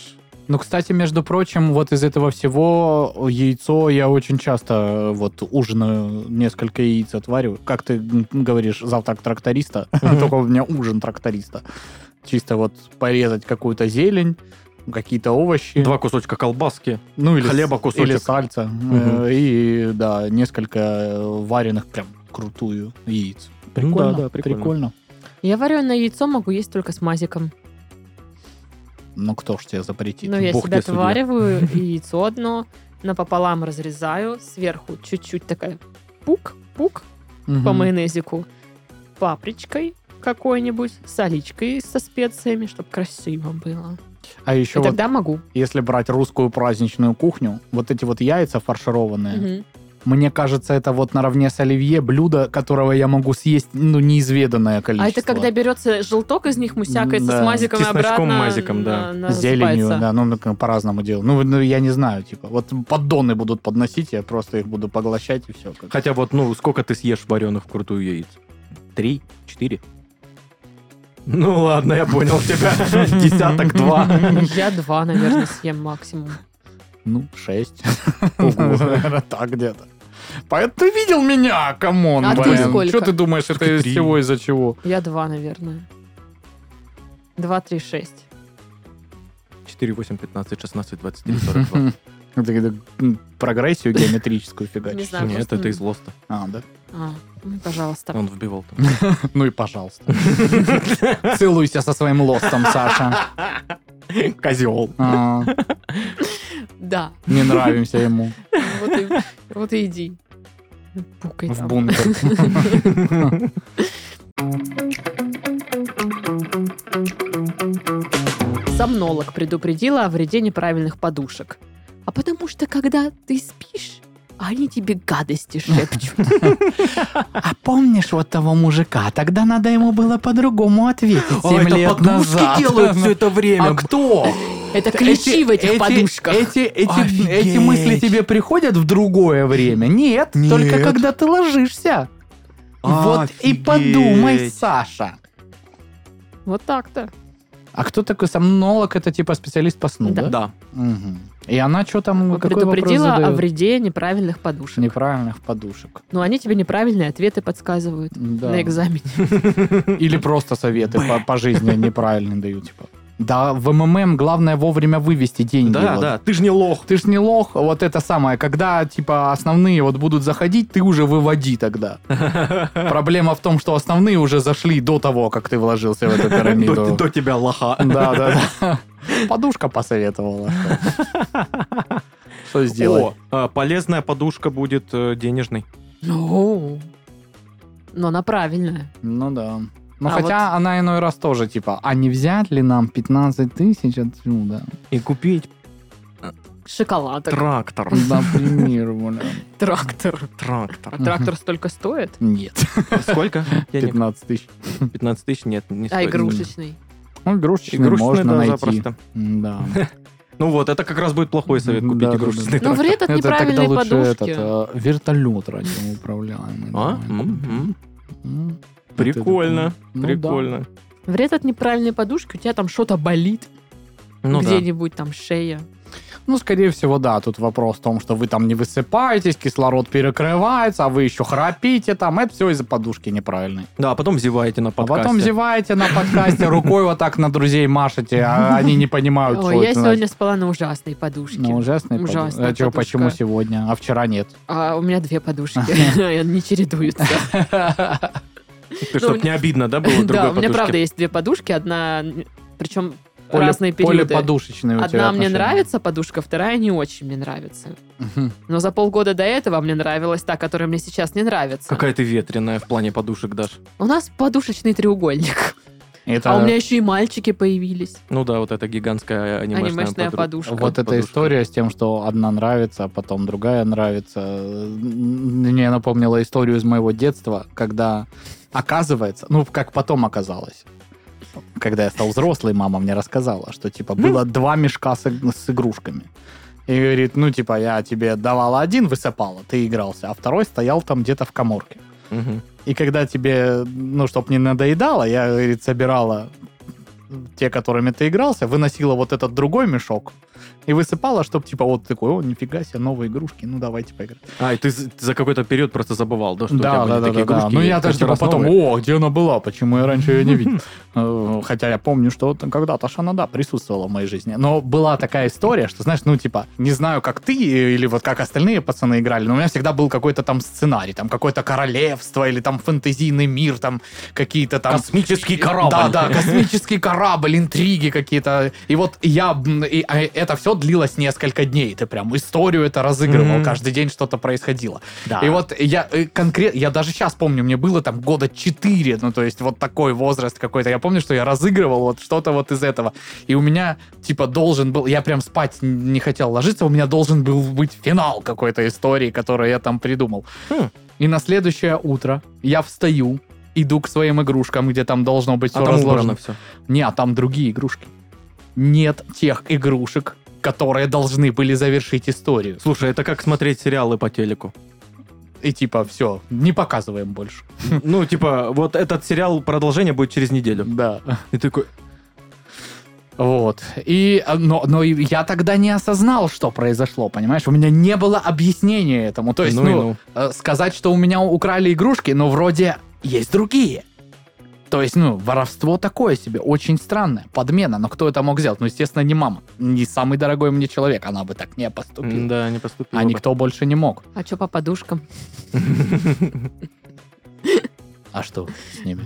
Speaker 3: Ну, кстати, между прочим, вот из этого всего яйцо я очень часто э, вот ужинаю, несколько яиц отварю. Как ты м, говоришь, завтрак тракториста, только у меня ужин тракториста. Чисто вот порезать какую-то зелень, какие-то овощи.
Speaker 2: Два кусочка колбаски.
Speaker 3: Ну, или
Speaker 2: Хлеба
Speaker 3: с-
Speaker 2: кусочек.
Speaker 3: Или сальца.
Speaker 2: Мгм.
Speaker 3: Э, И, да, несколько э, вареных прям крутую яиц. Прикольно.
Speaker 2: Ну да, прикольно.
Speaker 1: Я вареное яйцо могу есть только с мазиком.
Speaker 3: Ну, кто ж тебя запретит?
Speaker 1: Но Ну, я
Speaker 2: бог
Speaker 1: себя
Speaker 2: тебе судья.
Speaker 1: отвариваю, и яйцо одно напополам разрезаю, сверху чуть-чуть такая пук-пук
Speaker 3: Мгм.
Speaker 1: по майонезику, папричкой какой-нибудь, соличкой со специями, чтобы красиво было.
Speaker 3: А еще
Speaker 1: и
Speaker 3: вот,
Speaker 1: тогда могу.
Speaker 3: если брать русскую праздничную кухню, вот эти вот яйца фаршированные,
Speaker 1: Мгм.
Speaker 3: мне кажется, это вот наравне с оливье блюдо, которого я могу съесть, ну, неизведанное количество.
Speaker 1: А это когда берется желток из них, мусякается
Speaker 3: Да,
Speaker 1: с мазиком и
Speaker 2: чесночком,
Speaker 1: обратно
Speaker 2: мазиком, да.
Speaker 1: на- на-
Speaker 3: зеленью,
Speaker 1: рассыпается.
Speaker 3: да, ну, ну, по-разному делаю. Ну, ну, я не знаю, типа, вот поддоны будут подносить, я просто их буду поглощать и все.
Speaker 2: Хотя вот, ну, сколько ты съешь вареных крутую яиц? Три? Четыре? Ну ладно, я понял тебя. Десяток два.
Speaker 1: Я два, наверное, съем максимум.
Speaker 3: Ну, шесть.
Speaker 2: Ого.
Speaker 3: Наверное, так где-то. Поэтому ты видел меня, камон,
Speaker 1: А ты
Speaker 3: блин.
Speaker 1: сколько?
Speaker 3: Что ты думаешь, это
Speaker 2: Сколько
Speaker 3: из
Speaker 2: три?
Speaker 3: чего, из-за чего?
Speaker 1: Я два, наверное. Два, три, шесть.
Speaker 2: 4, 8, 15, 16, 23, 42.
Speaker 3: Это какую-то, м, Прогрессию геометрическую
Speaker 1: Не
Speaker 3: фигачишь.
Speaker 1: знаю,
Speaker 2: Нет,
Speaker 1: просто-
Speaker 2: это из Лоста.
Speaker 3: А, да?
Speaker 1: А, ну, пожалуйста.
Speaker 2: Он вбивал там.
Speaker 3: Ну и пожалуйста. Целуйся со своим лостом, Саша.
Speaker 2: Козел.
Speaker 3: А,
Speaker 1: Да,
Speaker 3: Не нравимся ему.
Speaker 1: вот и, вот и иди. Ну, Пукай
Speaker 3: В
Speaker 1: там.
Speaker 3: бункер.
Speaker 1: Сомнолог предупредила о вреде неправильных подушек. А потому что, когда ты спишь, они тебе гадости шепчут.
Speaker 3: А помнишь вот того мужика? Тогда надо ему было по-другому ответить.
Speaker 2: А это подушки делают все это время.
Speaker 3: А кто?
Speaker 1: Это ключи в этих
Speaker 3: эти-
Speaker 1: подушках.
Speaker 3: Эти, эти,
Speaker 2: Офигеть.
Speaker 3: эти мысли тебе приходят в другое время? Нет,
Speaker 2: Нет.
Speaker 3: только когда ты ложишься. Вот и
Speaker 2: Офигеть.
Speaker 3: подумай, Саша.
Speaker 1: Вот так-то.
Speaker 3: А кто такой сомнолог? Это типа специалист по сну, да?
Speaker 2: Да.
Speaker 3: Мгм. И она что там, Ну, какой вопрос
Speaker 1: Предупредила о
Speaker 3: задает?
Speaker 1: вреде неправильных подушек.
Speaker 3: Неправильных подушек.
Speaker 1: Но они тебе неправильные ответы подсказывают
Speaker 3: Да.
Speaker 1: на экзамене.
Speaker 3: Или просто советы по, по жизни неправильные дают. Типа. Да, в МММ главное вовремя вывести деньги.
Speaker 2: Да,
Speaker 3: вот.
Speaker 2: да, ты ж не лох.
Speaker 3: Ты ж не лох, вот это самое. Когда, типа, основные вот будут заходить, ты уже выводи тогда. Проблема в том, что основные уже зашли до того, как ты вложился в эту
Speaker 2: До,
Speaker 3: пирамиду.
Speaker 2: до тебя лоха.
Speaker 3: Да, да, да. Подушка посоветовала. Что сделать?
Speaker 2: О, а, полезная подушка будет э, денежной.
Speaker 1: Ну, Но она правильная.
Speaker 3: Ну да. Ну
Speaker 1: А
Speaker 3: хотя она иной раз тоже, типа, а не взять ли нам 15 тысяч отсюда?
Speaker 2: И купить
Speaker 1: Шоколадок.
Speaker 2: трактор.
Speaker 3: Например, бля.
Speaker 1: Трактор.
Speaker 2: Трактор.
Speaker 1: А трактор столько стоит?
Speaker 3: Нет,
Speaker 2: А Сколько? Денег?
Speaker 3: 15 тысяч.
Speaker 2: 15 тысяч? Нет, не
Speaker 1: А
Speaker 2: стоит.
Speaker 1: игрушечный.
Speaker 3: Ну, игрушечный
Speaker 2: Игрушечный,
Speaker 3: можно
Speaker 2: да,
Speaker 3: найти.
Speaker 2: запросто.
Speaker 3: Да.
Speaker 2: Ну вот, это как раз будет плохой совет, купить
Speaker 3: Да, да,
Speaker 2: игрушечный
Speaker 1: Ну,
Speaker 2: трактор.
Speaker 1: вред от
Speaker 3: Это тогда
Speaker 1: неправильной
Speaker 3: лучше
Speaker 1: подушки.
Speaker 3: этот, э, вертолет ради управляемый.
Speaker 2: А?
Speaker 3: давай.
Speaker 2: М, м.
Speaker 3: М. Вот
Speaker 2: Прикольно,
Speaker 3: это, ну,
Speaker 2: прикольно.
Speaker 1: Вред от неправильной подушки, у тебя там что-то болит.
Speaker 2: Ну да.
Speaker 1: где-нибудь там шея.
Speaker 3: да. Ну, скорее всего, да, тут вопрос в том, что вы там не высыпаетесь, кислород перекрывается, а вы еще храпите там, это все из-за подушки неправильной.
Speaker 2: Да, а потом зеваете на
Speaker 3: А потом
Speaker 2: подкасте.
Speaker 3: зеваете на подкасте, рукой вот так на друзей машете, а они не понимают, что
Speaker 1: Ой, я
Speaker 3: это
Speaker 1: сегодня
Speaker 3: значит.
Speaker 1: спала на ужасной подушке.
Speaker 3: Ну, ужасный
Speaker 1: Ужасная
Speaker 3: подушка. А чё,
Speaker 1: подушка.
Speaker 3: почему сегодня, а вчера нет?
Speaker 1: А у меня две подушки. Они чередуются.
Speaker 2: Ты, чтоб
Speaker 1: ну,
Speaker 2: не обидно, да,
Speaker 1: Да,
Speaker 2: было другой
Speaker 1: у меня правда
Speaker 2: подушке?
Speaker 1: есть две подушки. Одна, причем
Speaker 3: Поле-
Speaker 1: разные периоды.
Speaker 3: Полеподушечные у тебя
Speaker 1: Одна мне
Speaker 3: отношения.
Speaker 1: нравится подушка, вторая не очень мне нравится.
Speaker 3: Мгм.
Speaker 1: Но за полгода до этого мне нравилась та, которая мне сейчас не нравится.
Speaker 2: Какая ты ветреная в плане подушек, Даш.
Speaker 1: У нас подушечный треугольник.
Speaker 3: Это
Speaker 1: А у меня еще и мальчики появились.
Speaker 2: Ну да, вот эта гигантская анимешная,
Speaker 1: Анимешная
Speaker 2: подруга.
Speaker 1: подушка.
Speaker 3: Вот эта
Speaker 2: подушка.
Speaker 3: история с тем, что одна нравится, а потом другая нравится, э, мне напомнила историю из моего детства, когда оказывается, ну как потом оказалось, когда я стал взрослый, мама мне рассказала, что типа было два мешка с, иг- с игрушками. И говорит, ну типа я тебе давала один, высыпала, ты игрался, а второй стоял там где-то в коморке.
Speaker 2: Мгм.
Speaker 3: И когда тебе, ну, чтоб не надоедало, я, говорит, собирала те, которыми ты игрался, выносила вот этот другой мешок, и высыпала, чтобы типа вот такой, о, нифига себе, новые игрушки, ну давайте поиграем.
Speaker 2: А, и ты за за какой-то период просто забывал, да, что у тебя
Speaker 3: Да,
Speaker 2: были
Speaker 3: да, да,
Speaker 2: такие
Speaker 3: да, да.
Speaker 2: игрушки?
Speaker 3: Ну
Speaker 2: и
Speaker 3: я
Speaker 2: каждый
Speaker 3: даже типа
Speaker 2: раз
Speaker 3: потом,
Speaker 2: новые.
Speaker 3: о, где она была, почему я раньше ее не видел. Э, Хотя я помню, что там когда-то ж она, да, присутствовала в моей жизни. Но была такая история, что, знаешь, ну типа, не знаю, как ты э, или вот как остальные пацаны играли, но у меня всегда был какой-то там сценарий, там какое-то королевство или там фэнтезийный мир, там какие-то там...
Speaker 2: Космический корабль.
Speaker 3: Да, да, космический корабль, интриги какие-то. И вот я... м, и, а, это все длилось несколько дней. Ты прям историю это разыгрывал.
Speaker 2: Мгм.
Speaker 3: Каждый день что-то происходило.
Speaker 2: Да.
Speaker 3: И вот я конкретно, я даже сейчас помню, мне было там года 4, ну то есть вот такой возраст какой-то. Я помню, что я разыгрывал вот что-то вот из этого. И у меня типа должен был, я прям спать н- не хотел ложиться, у меня должен был быть финал какой-то истории, которую я там придумал.
Speaker 2: Хм.
Speaker 3: И на следующее утро я встаю, иду к своим игрушкам, где там должно быть все
Speaker 2: А там
Speaker 3: разложено.
Speaker 2: убрано все.
Speaker 3: Не, а там другие игрушки. Нет тех игрушек, которые должны были завершить историю.
Speaker 2: Слушай, это как смотреть сериалы по телеку.
Speaker 3: И типа, все, не показываем больше.
Speaker 2: Ну, типа, вот этот сериал продолжение будет через неделю.
Speaker 3: Да.
Speaker 2: И ты такой,
Speaker 3: Вот. И, а, но, но и я тогда не осознал, что произошло, понимаешь? У меня не было объяснения этому. То есть,
Speaker 2: ну и
Speaker 3: ну,
Speaker 2: ну.
Speaker 3: э, сказать, что у меня украли игрушки, но вроде есть другие. То есть, ну, воровство такое себе, очень странное, подмена, но кто это мог сделать? Ну, естественно, не мама, не самый дорогой мне человек, она бы так не поступила.
Speaker 2: Да, не поступил.
Speaker 3: А никто больше не мог.
Speaker 1: А что по подушкам?
Speaker 3: А что с ними?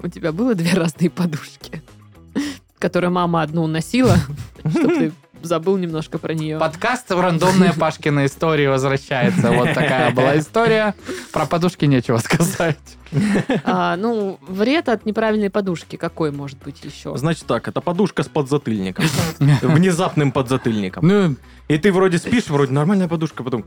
Speaker 1: У тебя было две разные подушки, которые мама одну носила, чтобы ты забыл немножко про нее.
Speaker 3: Подкаст в рандомные Пашкины истории возвращается. Вот такая была история. Про подушки нечего сказать.
Speaker 1: А, ну, вред от неправильной подушки какой может быть еще?
Speaker 2: Значит так, это подушка с подзатыльником. Внезапным подзатыльником.
Speaker 3: Ну,
Speaker 2: И ты вроде спишь, вроде нормальная подушка, потом...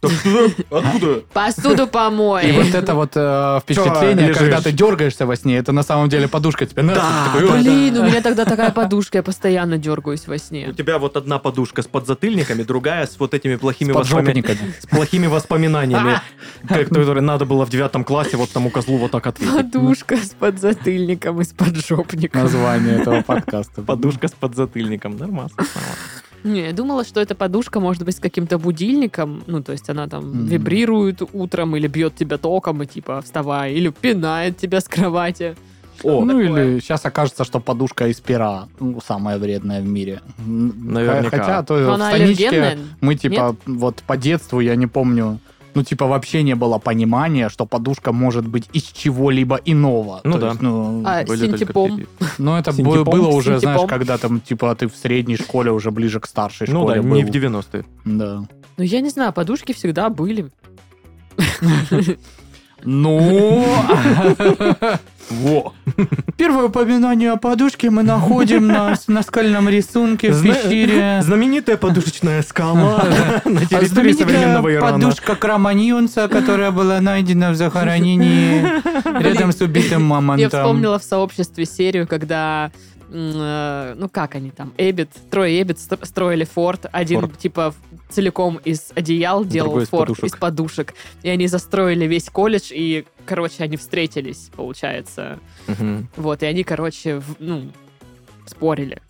Speaker 2: «Так что там? Откуда?
Speaker 1: Посуду
Speaker 3: и
Speaker 1: помой.
Speaker 3: вот это вот э, впечатление,
Speaker 2: лежишь?
Speaker 3: когда ты дергаешься во сне, это на самом деле подушка тебе на
Speaker 2: Да,
Speaker 3: ты такой, «Ой».
Speaker 1: Блин, у меня тогда такая подушка, я постоянно дергаюсь во
Speaker 2: У
Speaker 1: сне.
Speaker 2: тебя вот одна подушка с подзатыльниками, другая с вот этими плохими
Speaker 3: С
Speaker 2: воспоминаниями.
Speaker 3: поджопниками.
Speaker 2: С плохими воспоминаниями, как- которые надо было в девятом классе вот тому козлу вот так ответить.
Speaker 1: Подушка с подзатыльником и с поджопником.
Speaker 3: Название этого подкаста.
Speaker 2: Ну, Подушка с подзатыльником. Нормально. нормально.
Speaker 1: Не, я думала, что эта подушка может быть с каким-то будильником, ну, то есть она там
Speaker 3: Мгм.
Speaker 1: вибрирует утром или бьет тебя током и типа вставай, или пинает тебя с кровати.
Speaker 2: О,
Speaker 3: ну
Speaker 1: такое.
Speaker 3: или сейчас окажется, что подушка из пера ну, самая вредная в мире. М,
Speaker 2: Наверняка.
Speaker 3: Хотя то
Speaker 1: Но
Speaker 3: в
Speaker 1: она
Speaker 3: станичке
Speaker 1: аллергенная?
Speaker 3: мы типа вот по детству я не помню. Ну, типа, вообще не было понимания, что подушка может быть из чего-либо иного.
Speaker 2: Ну
Speaker 3: То
Speaker 2: да.
Speaker 3: есть, ну,
Speaker 1: А,
Speaker 2: были только
Speaker 1: синтепом.
Speaker 2: такие.
Speaker 3: ну, это бу-
Speaker 2: синтепом?
Speaker 3: было уже, знаешь,
Speaker 1: Синтепом.
Speaker 3: когда там, типа, ты в средней школе, уже ближе к старшей
Speaker 2: Ну да,
Speaker 3: школе был.
Speaker 2: не в 90-е.
Speaker 3: Да.
Speaker 1: Ну, я не знаю, подушки всегда были.
Speaker 3: Ну,
Speaker 2: Во!
Speaker 3: первое упоминание о подушке мы находим на с- наскальном рисунке в
Speaker 2: Зна-
Speaker 3: пещере.
Speaker 2: Знаменитая подушечная скала на
Speaker 3: А
Speaker 2: территории
Speaker 3: знаменитая
Speaker 2: современного Ирана.
Speaker 3: подушка Краманьонца, которая была найдена в захоронении рядом с убитым мамонтом.
Speaker 1: Я вспомнила в сообществе серию, когда м, э, ну как они там, Эббит, трое Эббит стро- строили форт, один
Speaker 2: Форт.
Speaker 1: типа в- целиком из одеял делал
Speaker 2: Другой из
Speaker 1: форт
Speaker 2: подушек.
Speaker 1: из подушек, и они застроили весь колледж, и, короче, они встретились, получается,
Speaker 2: Мгм.
Speaker 1: вот, и они, короче, в- ну, спорили,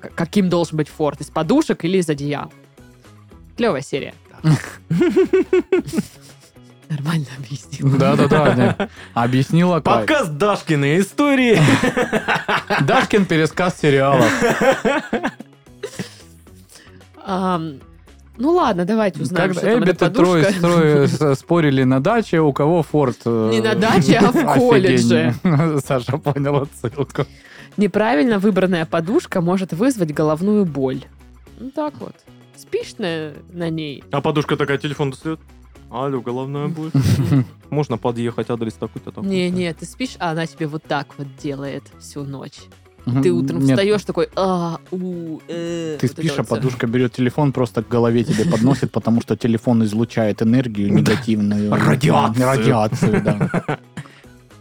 Speaker 1: к- каким должен быть форт, из подушек или из одеял. Клевая серия. Нормально объяснила.
Speaker 3: Да-да-да, да. объяснила как.
Speaker 2: Подкаст Дашкины истории.
Speaker 3: Дашкин пересказ сериалов.
Speaker 1: Ам, ну ладно, давайте узнаем,
Speaker 3: Когда
Speaker 1: что там
Speaker 3: Эббит
Speaker 1: эта
Speaker 3: и Трой
Speaker 1: подушка.
Speaker 3: с- Трой с- э, спорили на даче, у кого форт... э,
Speaker 1: Не на даче, а в колледже.
Speaker 3: офигеннее. Саша понял отсылку.
Speaker 1: Неправильно выбранная подушка может вызвать головную боль. Ну так вот. Спишь на, на ней?
Speaker 2: А подушка такая, телефон достает. Алло, головная боль. Можно подъехать, адрес такой-то такой.
Speaker 1: Не, не, ты спишь, а она тебе вот так вот делает всю ночь. Ты утром
Speaker 3: Нет,
Speaker 1: встаешь такой, а, у, э,
Speaker 3: Ты
Speaker 1: вот это
Speaker 3: спишь, а
Speaker 1: вот всё.
Speaker 3: подушка берет телефон, просто к голове тебе подносит, потому что телефон излучает энергию негативную.
Speaker 2: Радиацию.
Speaker 3: Радиацию, да.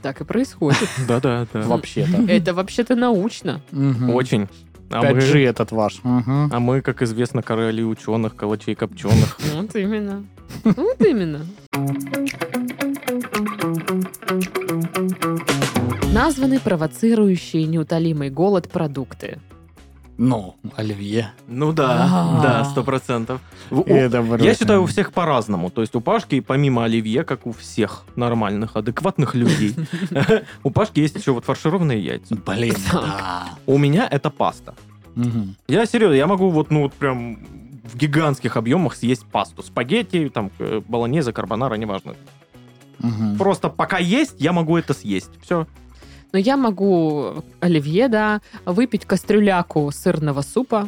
Speaker 1: Так и происходит.
Speaker 2: Да-да, да.
Speaker 3: Вообще-то.
Speaker 1: Это вообще-то научно.
Speaker 3: Мгм.
Speaker 2: Очень. А мы-
Speaker 3: 5G этот ваш. Мгм.
Speaker 2: А мы, как известно, короли ученых, калачей копченых.
Speaker 1: Вот именно. Вот именно. Названы провоцирующие неутолимый голод продукты.
Speaker 3: Ну, Оливье.
Speaker 2: Ну да,
Speaker 1: А.
Speaker 2: да, сто процентов.
Speaker 3: Э,
Speaker 2: В- у-
Speaker 3: Это просто-
Speaker 2: Я считаю, у всех по-разному. То есть у Пашки, помимо оливье, как у всех нормальных, адекватных людей, у Пашки есть еще вот фаршированные яйца.
Speaker 3: Блин,
Speaker 1: Так.
Speaker 3: да.
Speaker 2: У меня это паста.
Speaker 3: Мгм.
Speaker 2: Я серьезно, я могу вот, ну, вот прям в гигантских объемах съесть пасту. Спагетти, там, э, болонеза, карбонара, неважно.
Speaker 3: Мгм.
Speaker 2: Просто пока есть, я могу это съесть. Все.
Speaker 1: Но я могу э, оливье, да, выпить кастрюляку сырного супа.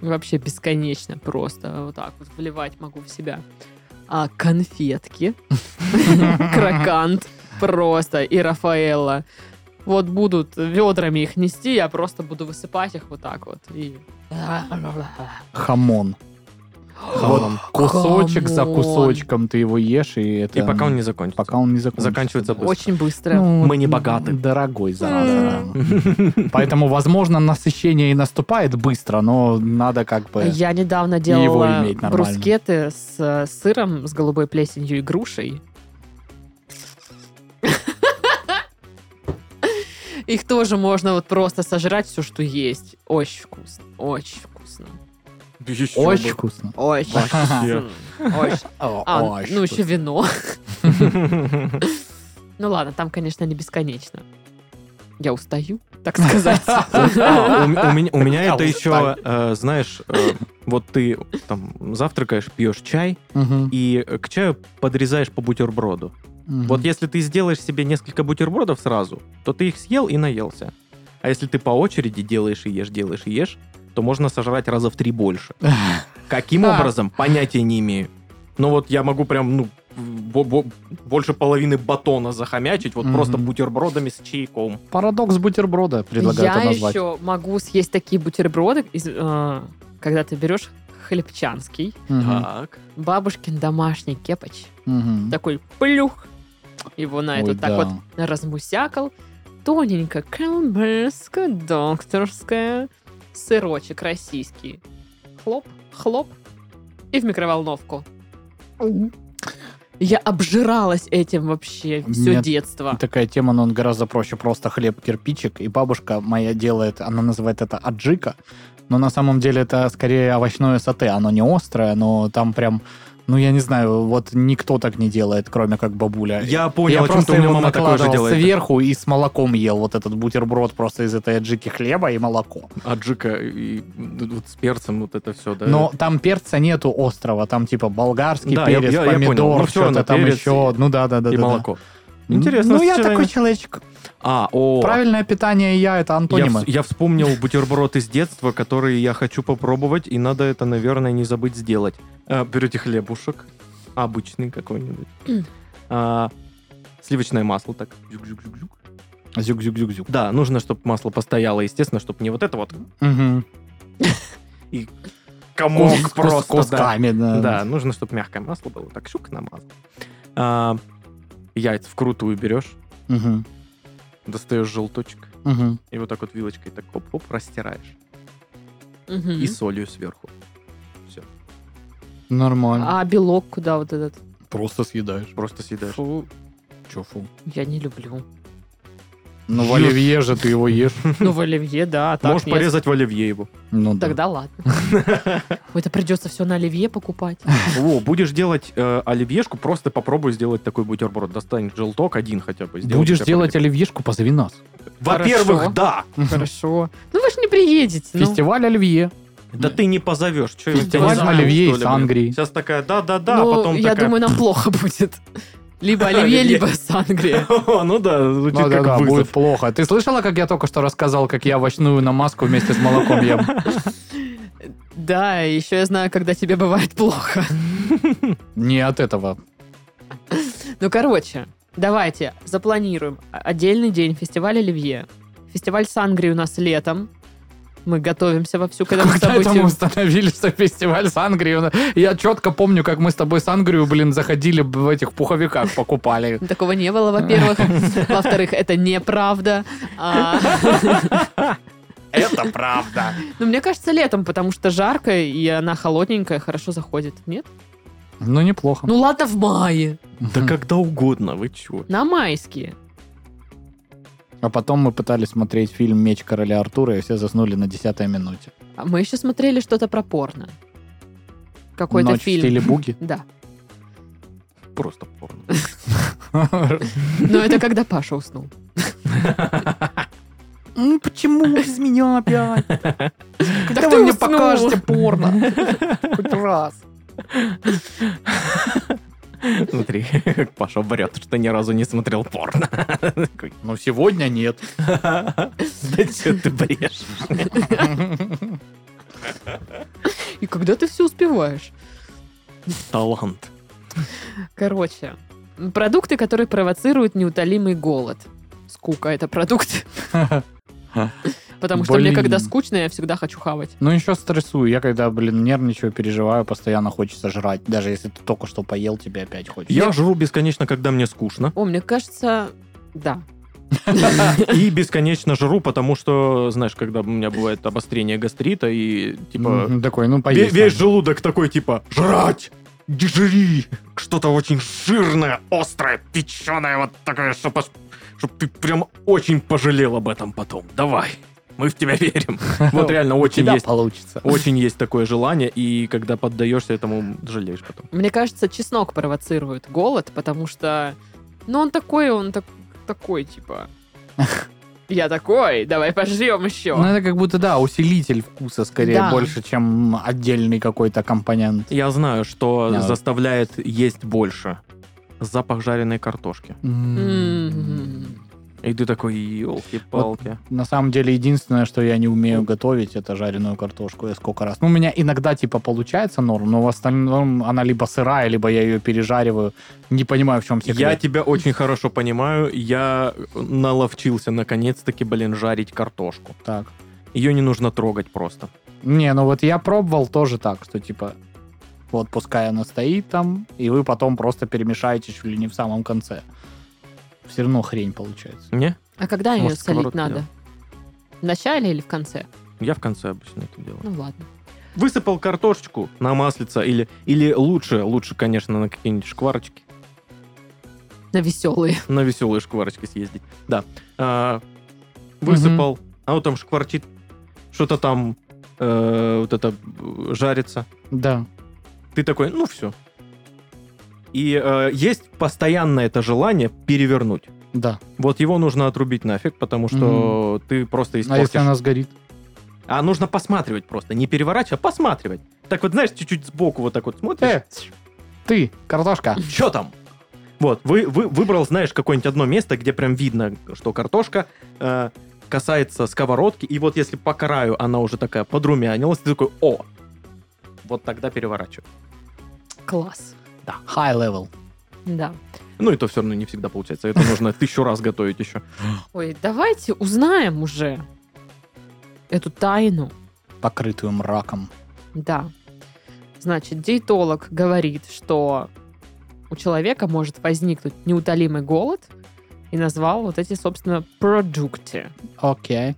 Speaker 1: Вообще бесконечно просто. Вот так вот вливать могу в себя. А конфетки. Крокант. Просто. И Рафаэлла. Вот будут ведрами их нести, я просто буду высыпать их вот так вот. И...
Speaker 3: Хамон.
Speaker 2: Хамон.
Speaker 3: Вот кусочек за
Speaker 1: Хамон.
Speaker 3: кусочком ты его ешь, и это...
Speaker 2: И пока он не закончится.
Speaker 3: пока он не закончится.
Speaker 2: Заканчивается быстро.
Speaker 1: Очень быстро.
Speaker 3: Ну,
Speaker 2: Мы не богаты.
Speaker 3: Дорогой, зараза.
Speaker 1: М.
Speaker 3: Поэтому, возможно, насыщение и наступает быстро, но надо как бы...
Speaker 1: А Я недавно
Speaker 3: его
Speaker 1: делала
Speaker 3: иметь нормально.
Speaker 1: брускеты с э, сыром, с голубой плесенью и грушей. Их тоже можно вот просто сожрать все, что есть. Очень вкусно. Очень вкусно.
Speaker 2: Еще
Speaker 3: Очень
Speaker 2: бы.
Speaker 3: вкусно.
Speaker 1: Очень
Speaker 2: Вообще.
Speaker 1: вкусно. Очень. А, ну еще вино. Ну ладно, там, конечно, не бесконечно. Я устаю, так сказать.
Speaker 2: А, у м- у меня- У меня
Speaker 3: Я
Speaker 2: это еще,
Speaker 3: устал.
Speaker 2: э, знаешь, э, вот ты там завтракаешь, пьешь чай, и э, к чаю подрезаешь по бутерброду. Вот если ты сделаешь себе несколько бутербродов сразу, то ты их съел и наелся. А если ты по очереди делаешь и ешь, делаешь и ешь, то можно сожрать раза в три больше. Каким
Speaker 1: Да.
Speaker 2: образом? Понятия не имею. Но вот я могу прям, ну, бо- бо- больше половины батона захомячить вот
Speaker 3: Мгм.
Speaker 2: просто бутербродами с чайком.
Speaker 3: Парадокс бутерброда предлагают
Speaker 1: Я
Speaker 3: это назвать.
Speaker 1: еще могу съесть такие бутерброды, из, э, когда ты берешь хлебчанский,
Speaker 3: Мгм.
Speaker 2: Так.
Speaker 1: бабушкин домашний кепоч,
Speaker 3: Мгм.
Speaker 1: такой плюх, его на
Speaker 3: Ой,
Speaker 1: это так
Speaker 3: да.
Speaker 1: вот размусякал, тоненько колбаска докторская, сырочек российский, хлоп, хлоп, и в микроволновку. Я обжиралась этим вообще все
Speaker 3: Нет,
Speaker 1: детство.
Speaker 3: Такая тема, но он гораздо проще. Просто хлеб, кирпичик. И бабушка моя делает, она называет это аджика. Но на самом деле это скорее овощное сате. Оно не острое, но там прям... Ну, я не знаю, вот никто так не делает, кроме как бабуля.
Speaker 2: Э, Я понял,
Speaker 3: я
Speaker 2: о чем
Speaker 3: просто
Speaker 2: ты, у меня
Speaker 3: его
Speaker 2: мама такое же
Speaker 3: накладывал
Speaker 2: делает.
Speaker 3: сверху и с молоком ел вот этот бутерброд просто из этой аджики хлеба и молоко.
Speaker 2: Аджика и ну, вот с перцем вот это все, да.
Speaker 3: Но там перца нету острого, там типа болгарский
Speaker 2: Да, я-
Speaker 3: перец,
Speaker 2: я- я понял.
Speaker 3: помидор,
Speaker 2: Ну, всё
Speaker 3: что-то
Speaker 2: равно
Speaker 3: там
Speaker 2: перец
Speaker 3: еще. Ну да, да, да.
Speaker 2: и
Speaker 3: да, да.
Speaker 2: молоко.
Speaker 3: М,
Speaker 2: Интересно
Speaker 3: Ну я
Speaker 2: сочетание.
Speaker 3: такой человечек.
Speaker 2: А, о,
Speaker 3: Правильное питание и я это
Speaker 2: Я,
Speaker 3: антонимы.
Speaker 2: вс- я вспомнил бутерброд из детства, который я хочу попробовать, и надо это, наверное, не забыть сделать. Э, берете хлебушек, обычный какой-нибудь. А, сливочное масло так. жук-жук-жук-жук.
Speaker 3: Зюк-зюк-зюк-зюк.
Speaker 2: Да, нужно, чтобы масло постояло, естественно, чтобы не вот это вот
Speaker 3: Мгм.
Speaker 2: комок
Speaker 3: Кус- кус-
Speaker 2: просто. да.
Speaker 3: кусками, да.
Speaker 2: Да, нужно, чтобы мягкое масло было. Так, щук намазал. А, яйца вкрутую берешь,
Speaker 3: Мгм.
Speaker 2: достаешь желточек,
Speaker 3: Мгм.
Speaker 2: и вот так вот вилочкой так хоп-хоп растираешь.
Speaker 1: Мгм.
Speaker 2: И солью сверху.
Speaker 3: Нормально.
Speaker 1: А белок куда вот этот?
Speaker 3: Просто съедаешь.
Speaker 2: Просто съедаешь.
Speaker 1: Фу,
Speaker 3: Че, фу.
Speaker 1: я не люблю.
Speaker 3: Ну,
Speaker 2: Ешь.
Speaker 3: в оливье же ты его ешь.
Speaker 1: Ну, в оливье, да, а так
Speaker 2: Можешь
Speaker 1: нет.
Speaker 2: порезать в оливье его.
Speaker 3: Ну, да.
Speaker 1: Тогда ладно. Ой, Это придется все на оливье покупать.
Speaker 2: Во, будешь делать э, оливьешку, просто попробуй сделать такой бутерброд. Достань желток один хотя бы. сделай
Speaker 3: Будешь
Speaker 2: себе
Speaker 3: делать оливьешку, позови нас.
Speaker 2: оливье. Во-первых,
Speaker 1: Хорошо.
Speaker 2: да!
Speaker 1: Хорошо. Ну вы же не приедете. ну.
Speaker 3: Фестиваль оливье.
Speaker 2: Да
Speaker 3: Да.
Speaker 2: ты не позовешь. Чё, я тебя
Speaker 1: Фестиваль
Speaker 2: не знаю,
Speaker 3: оливье
Speaker 2: что
Speaker 3: из
Speaker 2: ли, блин?
Speaker 3: Англии.
Speaker 2: Сейчас такая, да-да-да,
Speaker 1: Ну,
Speaker 2: а потом
Speaker 1: я
Speaker 2: такая...
Speaker 1: думаю, нам плохо будет. Либо оливье,
Speaker 2: Оливье.
Speaker 1: либо сангрия.
Speaker 2: «О, ну да, звучит
Speaker 3: Ну, да,
Speaker 2: как
Speaker 3: да, будет
Speaker 2: вызов.
Speaker 3: плохо. Ты слышала, как я только что рассказал, как я овощную намазку вместе с молоком ем?
Speaker 1: Да, еще я знаю, когда тебе бывает плохо.
Speaker 3: Не от этого.
Speaker 1: Ну, короче, давайте запланируем отдельный день фестиваля оливье. Фестиваль сангрии у нас летом. Мы готовимся вовсю к этому
Speaker 3: Когда это мы
Speaker 1: событию.
Speaker 3: установили, что фестиваль Сангрию... Я четко помню, как мы с тобой Сангрию, блин, заходили в этих пуховиках, покупали.
Speaker 1: Такого не было, во-первых. Во-вторых, это неправда. А,
Speaker 3: Это правда.
Speaker 1: Ну, мне кажется, летом, потому что жарко, и она холодненькая, хорошо заходит. Нет?
Speaker 3: Ну, неплохо.
Speaker 1: Ну, ладно, в мае.
Speaker 2: Хм. Да когда угодно, вы чё?
Speaker 1: На майские.
Speaker 3: А потом мы пытались смотреть фильм «Меч короля Артура», и все заснули на десятой минуте.
Speaker 1: А Мы еще смотрели что-то про порно. Какой-то
Speaker 3: Ночь
Speaker 1: фильм.
Speaker 3: в стиле буги.
Speaker 1: Да.
Speaker 2: Просто порно.
Speaker 1: Но это когда Паша уснул.
Speaker 3: Ну почему без меня опять?
Speaker 1: Да
Speaker 3: Когда
Speaker 1: кто
Speaker 3: вы мне
Speaker 1: уснул?
Speaker 3: покажете порно? Хоть раз.
Speaker 2: Смотри, как Паша врет, что ни разу не смотрел порно. Такой,
Speaker 3: Но Ну, сегодня нет.
Speaker 2: Да что ты брешь?
Speaker 1: И когда ты все успеваешь?
Speaker 2: Талант.
Speaker 1: Короче, продукты, которые провоцируют неутолимый голод. Скука это продукт. Потому что мне,
Speaker 3: Блин.
Speaker 1: когда скучно, я всегда хочу хавать.
Speaker 3: Ну еще стрессую. Я когда, блин, нервничаю, переживаю, постоянно хочется жрать. Даже если ты только что поел, тебе опять хочется.
Speaker 2: Я жру бесконечно, когда мне скучно.
Speaker 1: О, мне кажется, да.
Speaker 2: И бесконечно жру, потому что, знаешь, когда у меня бывает обострение гастрита, и типа...
Speaker 3: Мгм, такой, ну
Speaker 2: ве-
Speaker 3: поесть.
Speaker 2: Весь
Speaker 3: надо.
Speaker 2: желудок такой, типа, жрать! Не Жри! Что-то очень жирное, острое, печеное, вот такое, чтобы ты прям очень пожалел об этом потом. Давай, мы в тебя верим. Вот реально
Speaker 3: У
Speaker 2: очень
Speaker 3: тебя
Speaker 2: есть
Speaker 3: получится.
Speaker 2: Очень есть такое желание, и когда поддаешься этому, жалеешь потом.
Speaker 1: Мне кажется, чеснок провоцирует голод, потому что... Ну, он такой, он так- такой, типа... Я такой, давай пожрем
Speaker 3: Ну
Speaker 1: еще.
Speaker 3: это как будто, да, усилитель вкуса скорее
Speaker 1: Да.
Speaker 3: больше, чем отдельный какой-то компонент.
Speaker 2: Я знаю, что
Speaker 3: Да.
Speaker 2: заставляет есть больше. Запах жареной картошки.
Speaker 1: М.
Speaker 2: И ты такой, елки-палки.
Speaker 3: На самом деле, единственное, что я не умею готовить, это жареную картошку. Я сколько раз. Ну, у меня иногда, типа, получается норм, но в остальном она либо сырая, либо я ее пережариваю. Не понимаю, в чем
Speaker 2: Я
Speaker 3: секрет.
Speaker 2: тебя очень хорошо понимаю. Я наловчился наконец-таки, блин, жарить картошку.
Speaker 3: Так.
Speaker 2: Ее не нужно трогать просто.
Speaker 3: Не, ну вот я пробовал тоже так, что, типа, вот пускай она стоит там, и вы потом просто перемешаете чуть ли не в самом конце. Все равно хрень получается.
Speaker 2: Не?
Speaker 1: А когда ее
Speaker 2: Может,
Speaker 1: солить
Speaker 2: сковородку
Speaker 1: надо?
Speaker 2: делать?
Speaker 1: В начале или в конце?
Speaker 2: Я в конце обычно это делаю.
Speaker 1: Ну ладно.
Speaker 2: Высыпал картошечку на маслица или, или лучше, лучше, конечно, на какие-нибудь шкварочки.
Speaker 1: На веселые.
Speaker 2: на веселые шкварочки съездить. Да. А, высыпал, а вот там шкварчит, что-то там э, вот это э, жарится.
Speaker 3: Да.
Speaker 2: Ты такой, ну все. И э, есть постоянное это желание перевернуть.
Speaker 3: Да.
Speaker 2: Вот его нужно отрубить нафиг, потому что ты просто
Speaker 3: А
Speaker 2: испортишь.
Speaker 3: если она сгорит?
Speaker 2: А нужно посматривать просто, не переворачивать, а посматривать. Так вот, знаешь, чуть-чуть сбоку вот так вот смотришь.
Speaker 3: Э, ты, картошка.
Speaker 2: Что там? Вот, вы, вы выбрал, знаешь, какое-нибудь одно место, где прям видно, что картошка э, касается сковородки, и вот если по краю она уже такая подрумянилась, ты такой, о, вот тогда переворачивай.
Speaker 1: Класс.
Speaker 3: High level.
Speaker 1: Да.
Speaker 2: Ну, и то все равно не всегда получается. Это нужно тысячу раз готовить еще.
Speaker 1: Ой, давайте узнаем уже эту тайну.
Speaker 3: Покрытую мраком.
Speaker 1: Да. Значит, диетолог говорит, что у человека может возникнуть неутолимый голод и назвал вот эти, собственно, продукты.
Speaker 3: Окей.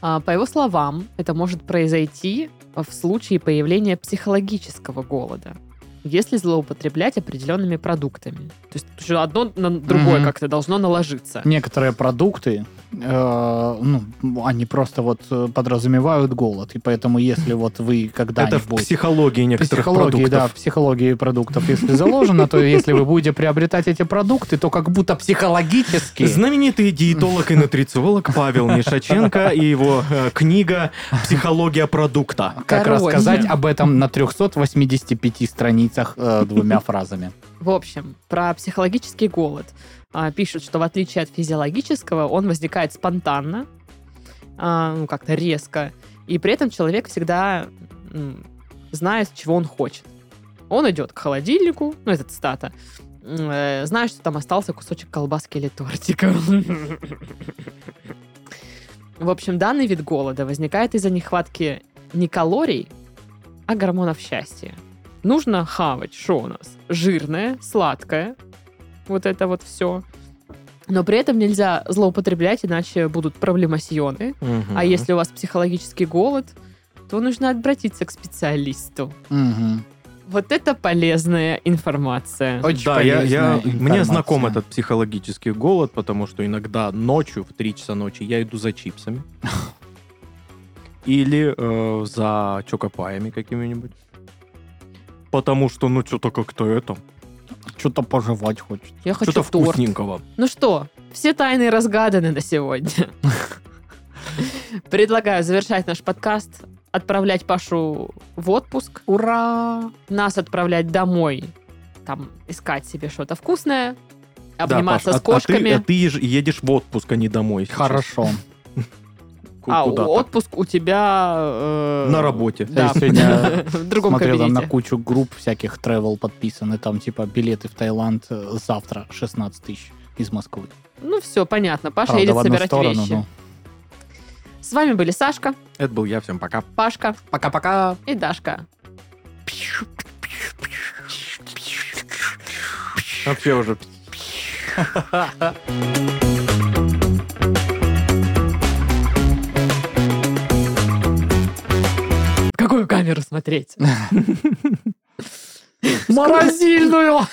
Speaker 1: А, По его словам, это может произойти в случае появления психологического голода, если злоупотреблять определенными продуктами. То есть что одно на другое
Speaker 3: Мгм.
Speaker 1: как-то должно наложиться.
Speaker 3: Некоторые продукты, э, ну, они просто вот э, подразумевают голод, и поэтому если вот вы
Speaker 2: это в
Speaker 3: когда-нибудь...
Speaker 2: психологии некоторых
Speaker 3: психологии, да, в
Speaker 2: продуктов.
Speaker 3: психологии продуктов, если заложено, то если вы будете приобретать эти продукты, то как будто психологически...
Speaker 2: Знаменитый диетолог и нутрициолог Павел Мишаченко и его э, книга «Психология продукта».
Speaker 3: Как
Speaker 1: Короче.
Speaker 3: рассказать об этом на 385 страницах э, двумя фразами.
Speaker 1: В общем, про психологический голод а, пишут, что в отличие от физиологического, он возникает спонтанно, а, ну как-то резко, и при этом человек всегда м, знает, чего он хочет. Он идет к холодильнику, ну это цитата, м, э, зная, что там остался кусочек колбаски или тортика. В общем, данный вид голода возникает из-за нехватки не калорий, а гормонов счастья. Нужно хавать, что у нас? Жирное, сладкое, вот это вот все. Но при этом нельзя злоупотреблять, иначе будут проблемасьоны. А если у вас психологический голод, то нужно обратиться к специалисту.
Speaker 3: Мгм.
Speaker 1: Вот это полезная информация.
Speaker 3: Очень
Speaker 2: да, я, я,
Speaker 3: полезная
Speaker 2: мне знаком
Speaker 3: информация.
Speaker 2: этот психологический голод, потому что иногда ночью в 3 часа ночи я иду за чипсами. Или э, за чокопаями какими-нибудь. Потому что, ну, что-то как-то это... Что-то пожевать хочет.
Speaker 1: Я хочу
Speaker 2: Что-то
Speaker 1: торт.
Speaker 2: вкусненького.
Speaker 1: Ну что, все тайны разгаданы на сегодня. Предлагаю завершать наш подкаст, отправлять Пашу в отпуск. Ура! Нас отправлять домой, там, искать себе что-то вкусное,
Speaker 2: Да,
Speaker 1: обниматься
Speaker 2: Паш, а-
Speaker 1: с кошками.
Speaker 2: А, ты, а ты еж- едешь в отпуск, а не домой. сейчас.
Speaker 3: Хорошо.
Speaker 2: Ку-
Speaker 1: А,
Speaker 2: куда-то.
Speaker 1: отпуск у тебя... э,
Speaker 2: На работе.
Speaker 1: Да,
Speaker 3: Я сегодня
Speaker 1: в другом
Speaker 3: Смотрел там на
Speaker 1: кабинете.
Speaker 3: кучу групп всяких travel подписаны, там типа билеты в Таиланд э, завтра 16 тысяч из Москвы.
Speaker 1: Ну все, понятно. Паша
Speaker 3: Правда,
Speaker 1: едет
Speaker 3: в одну
Speaker 1: собирать
Speaker 3: сторону, ну.
Speaker 1: вещи.
Speaker 3: но-
Speaker 1: С вами были Сашка,
Speaker 2: Это был я. Всем пока.
Speaker 1: Пашка
Speaker 3: Пока-пока.
Speaker 1: и Дашка.
Speaker 2: Вообще уже
Speaker 1: В какую камеру смотреть?
Speaker 3: Морозильную!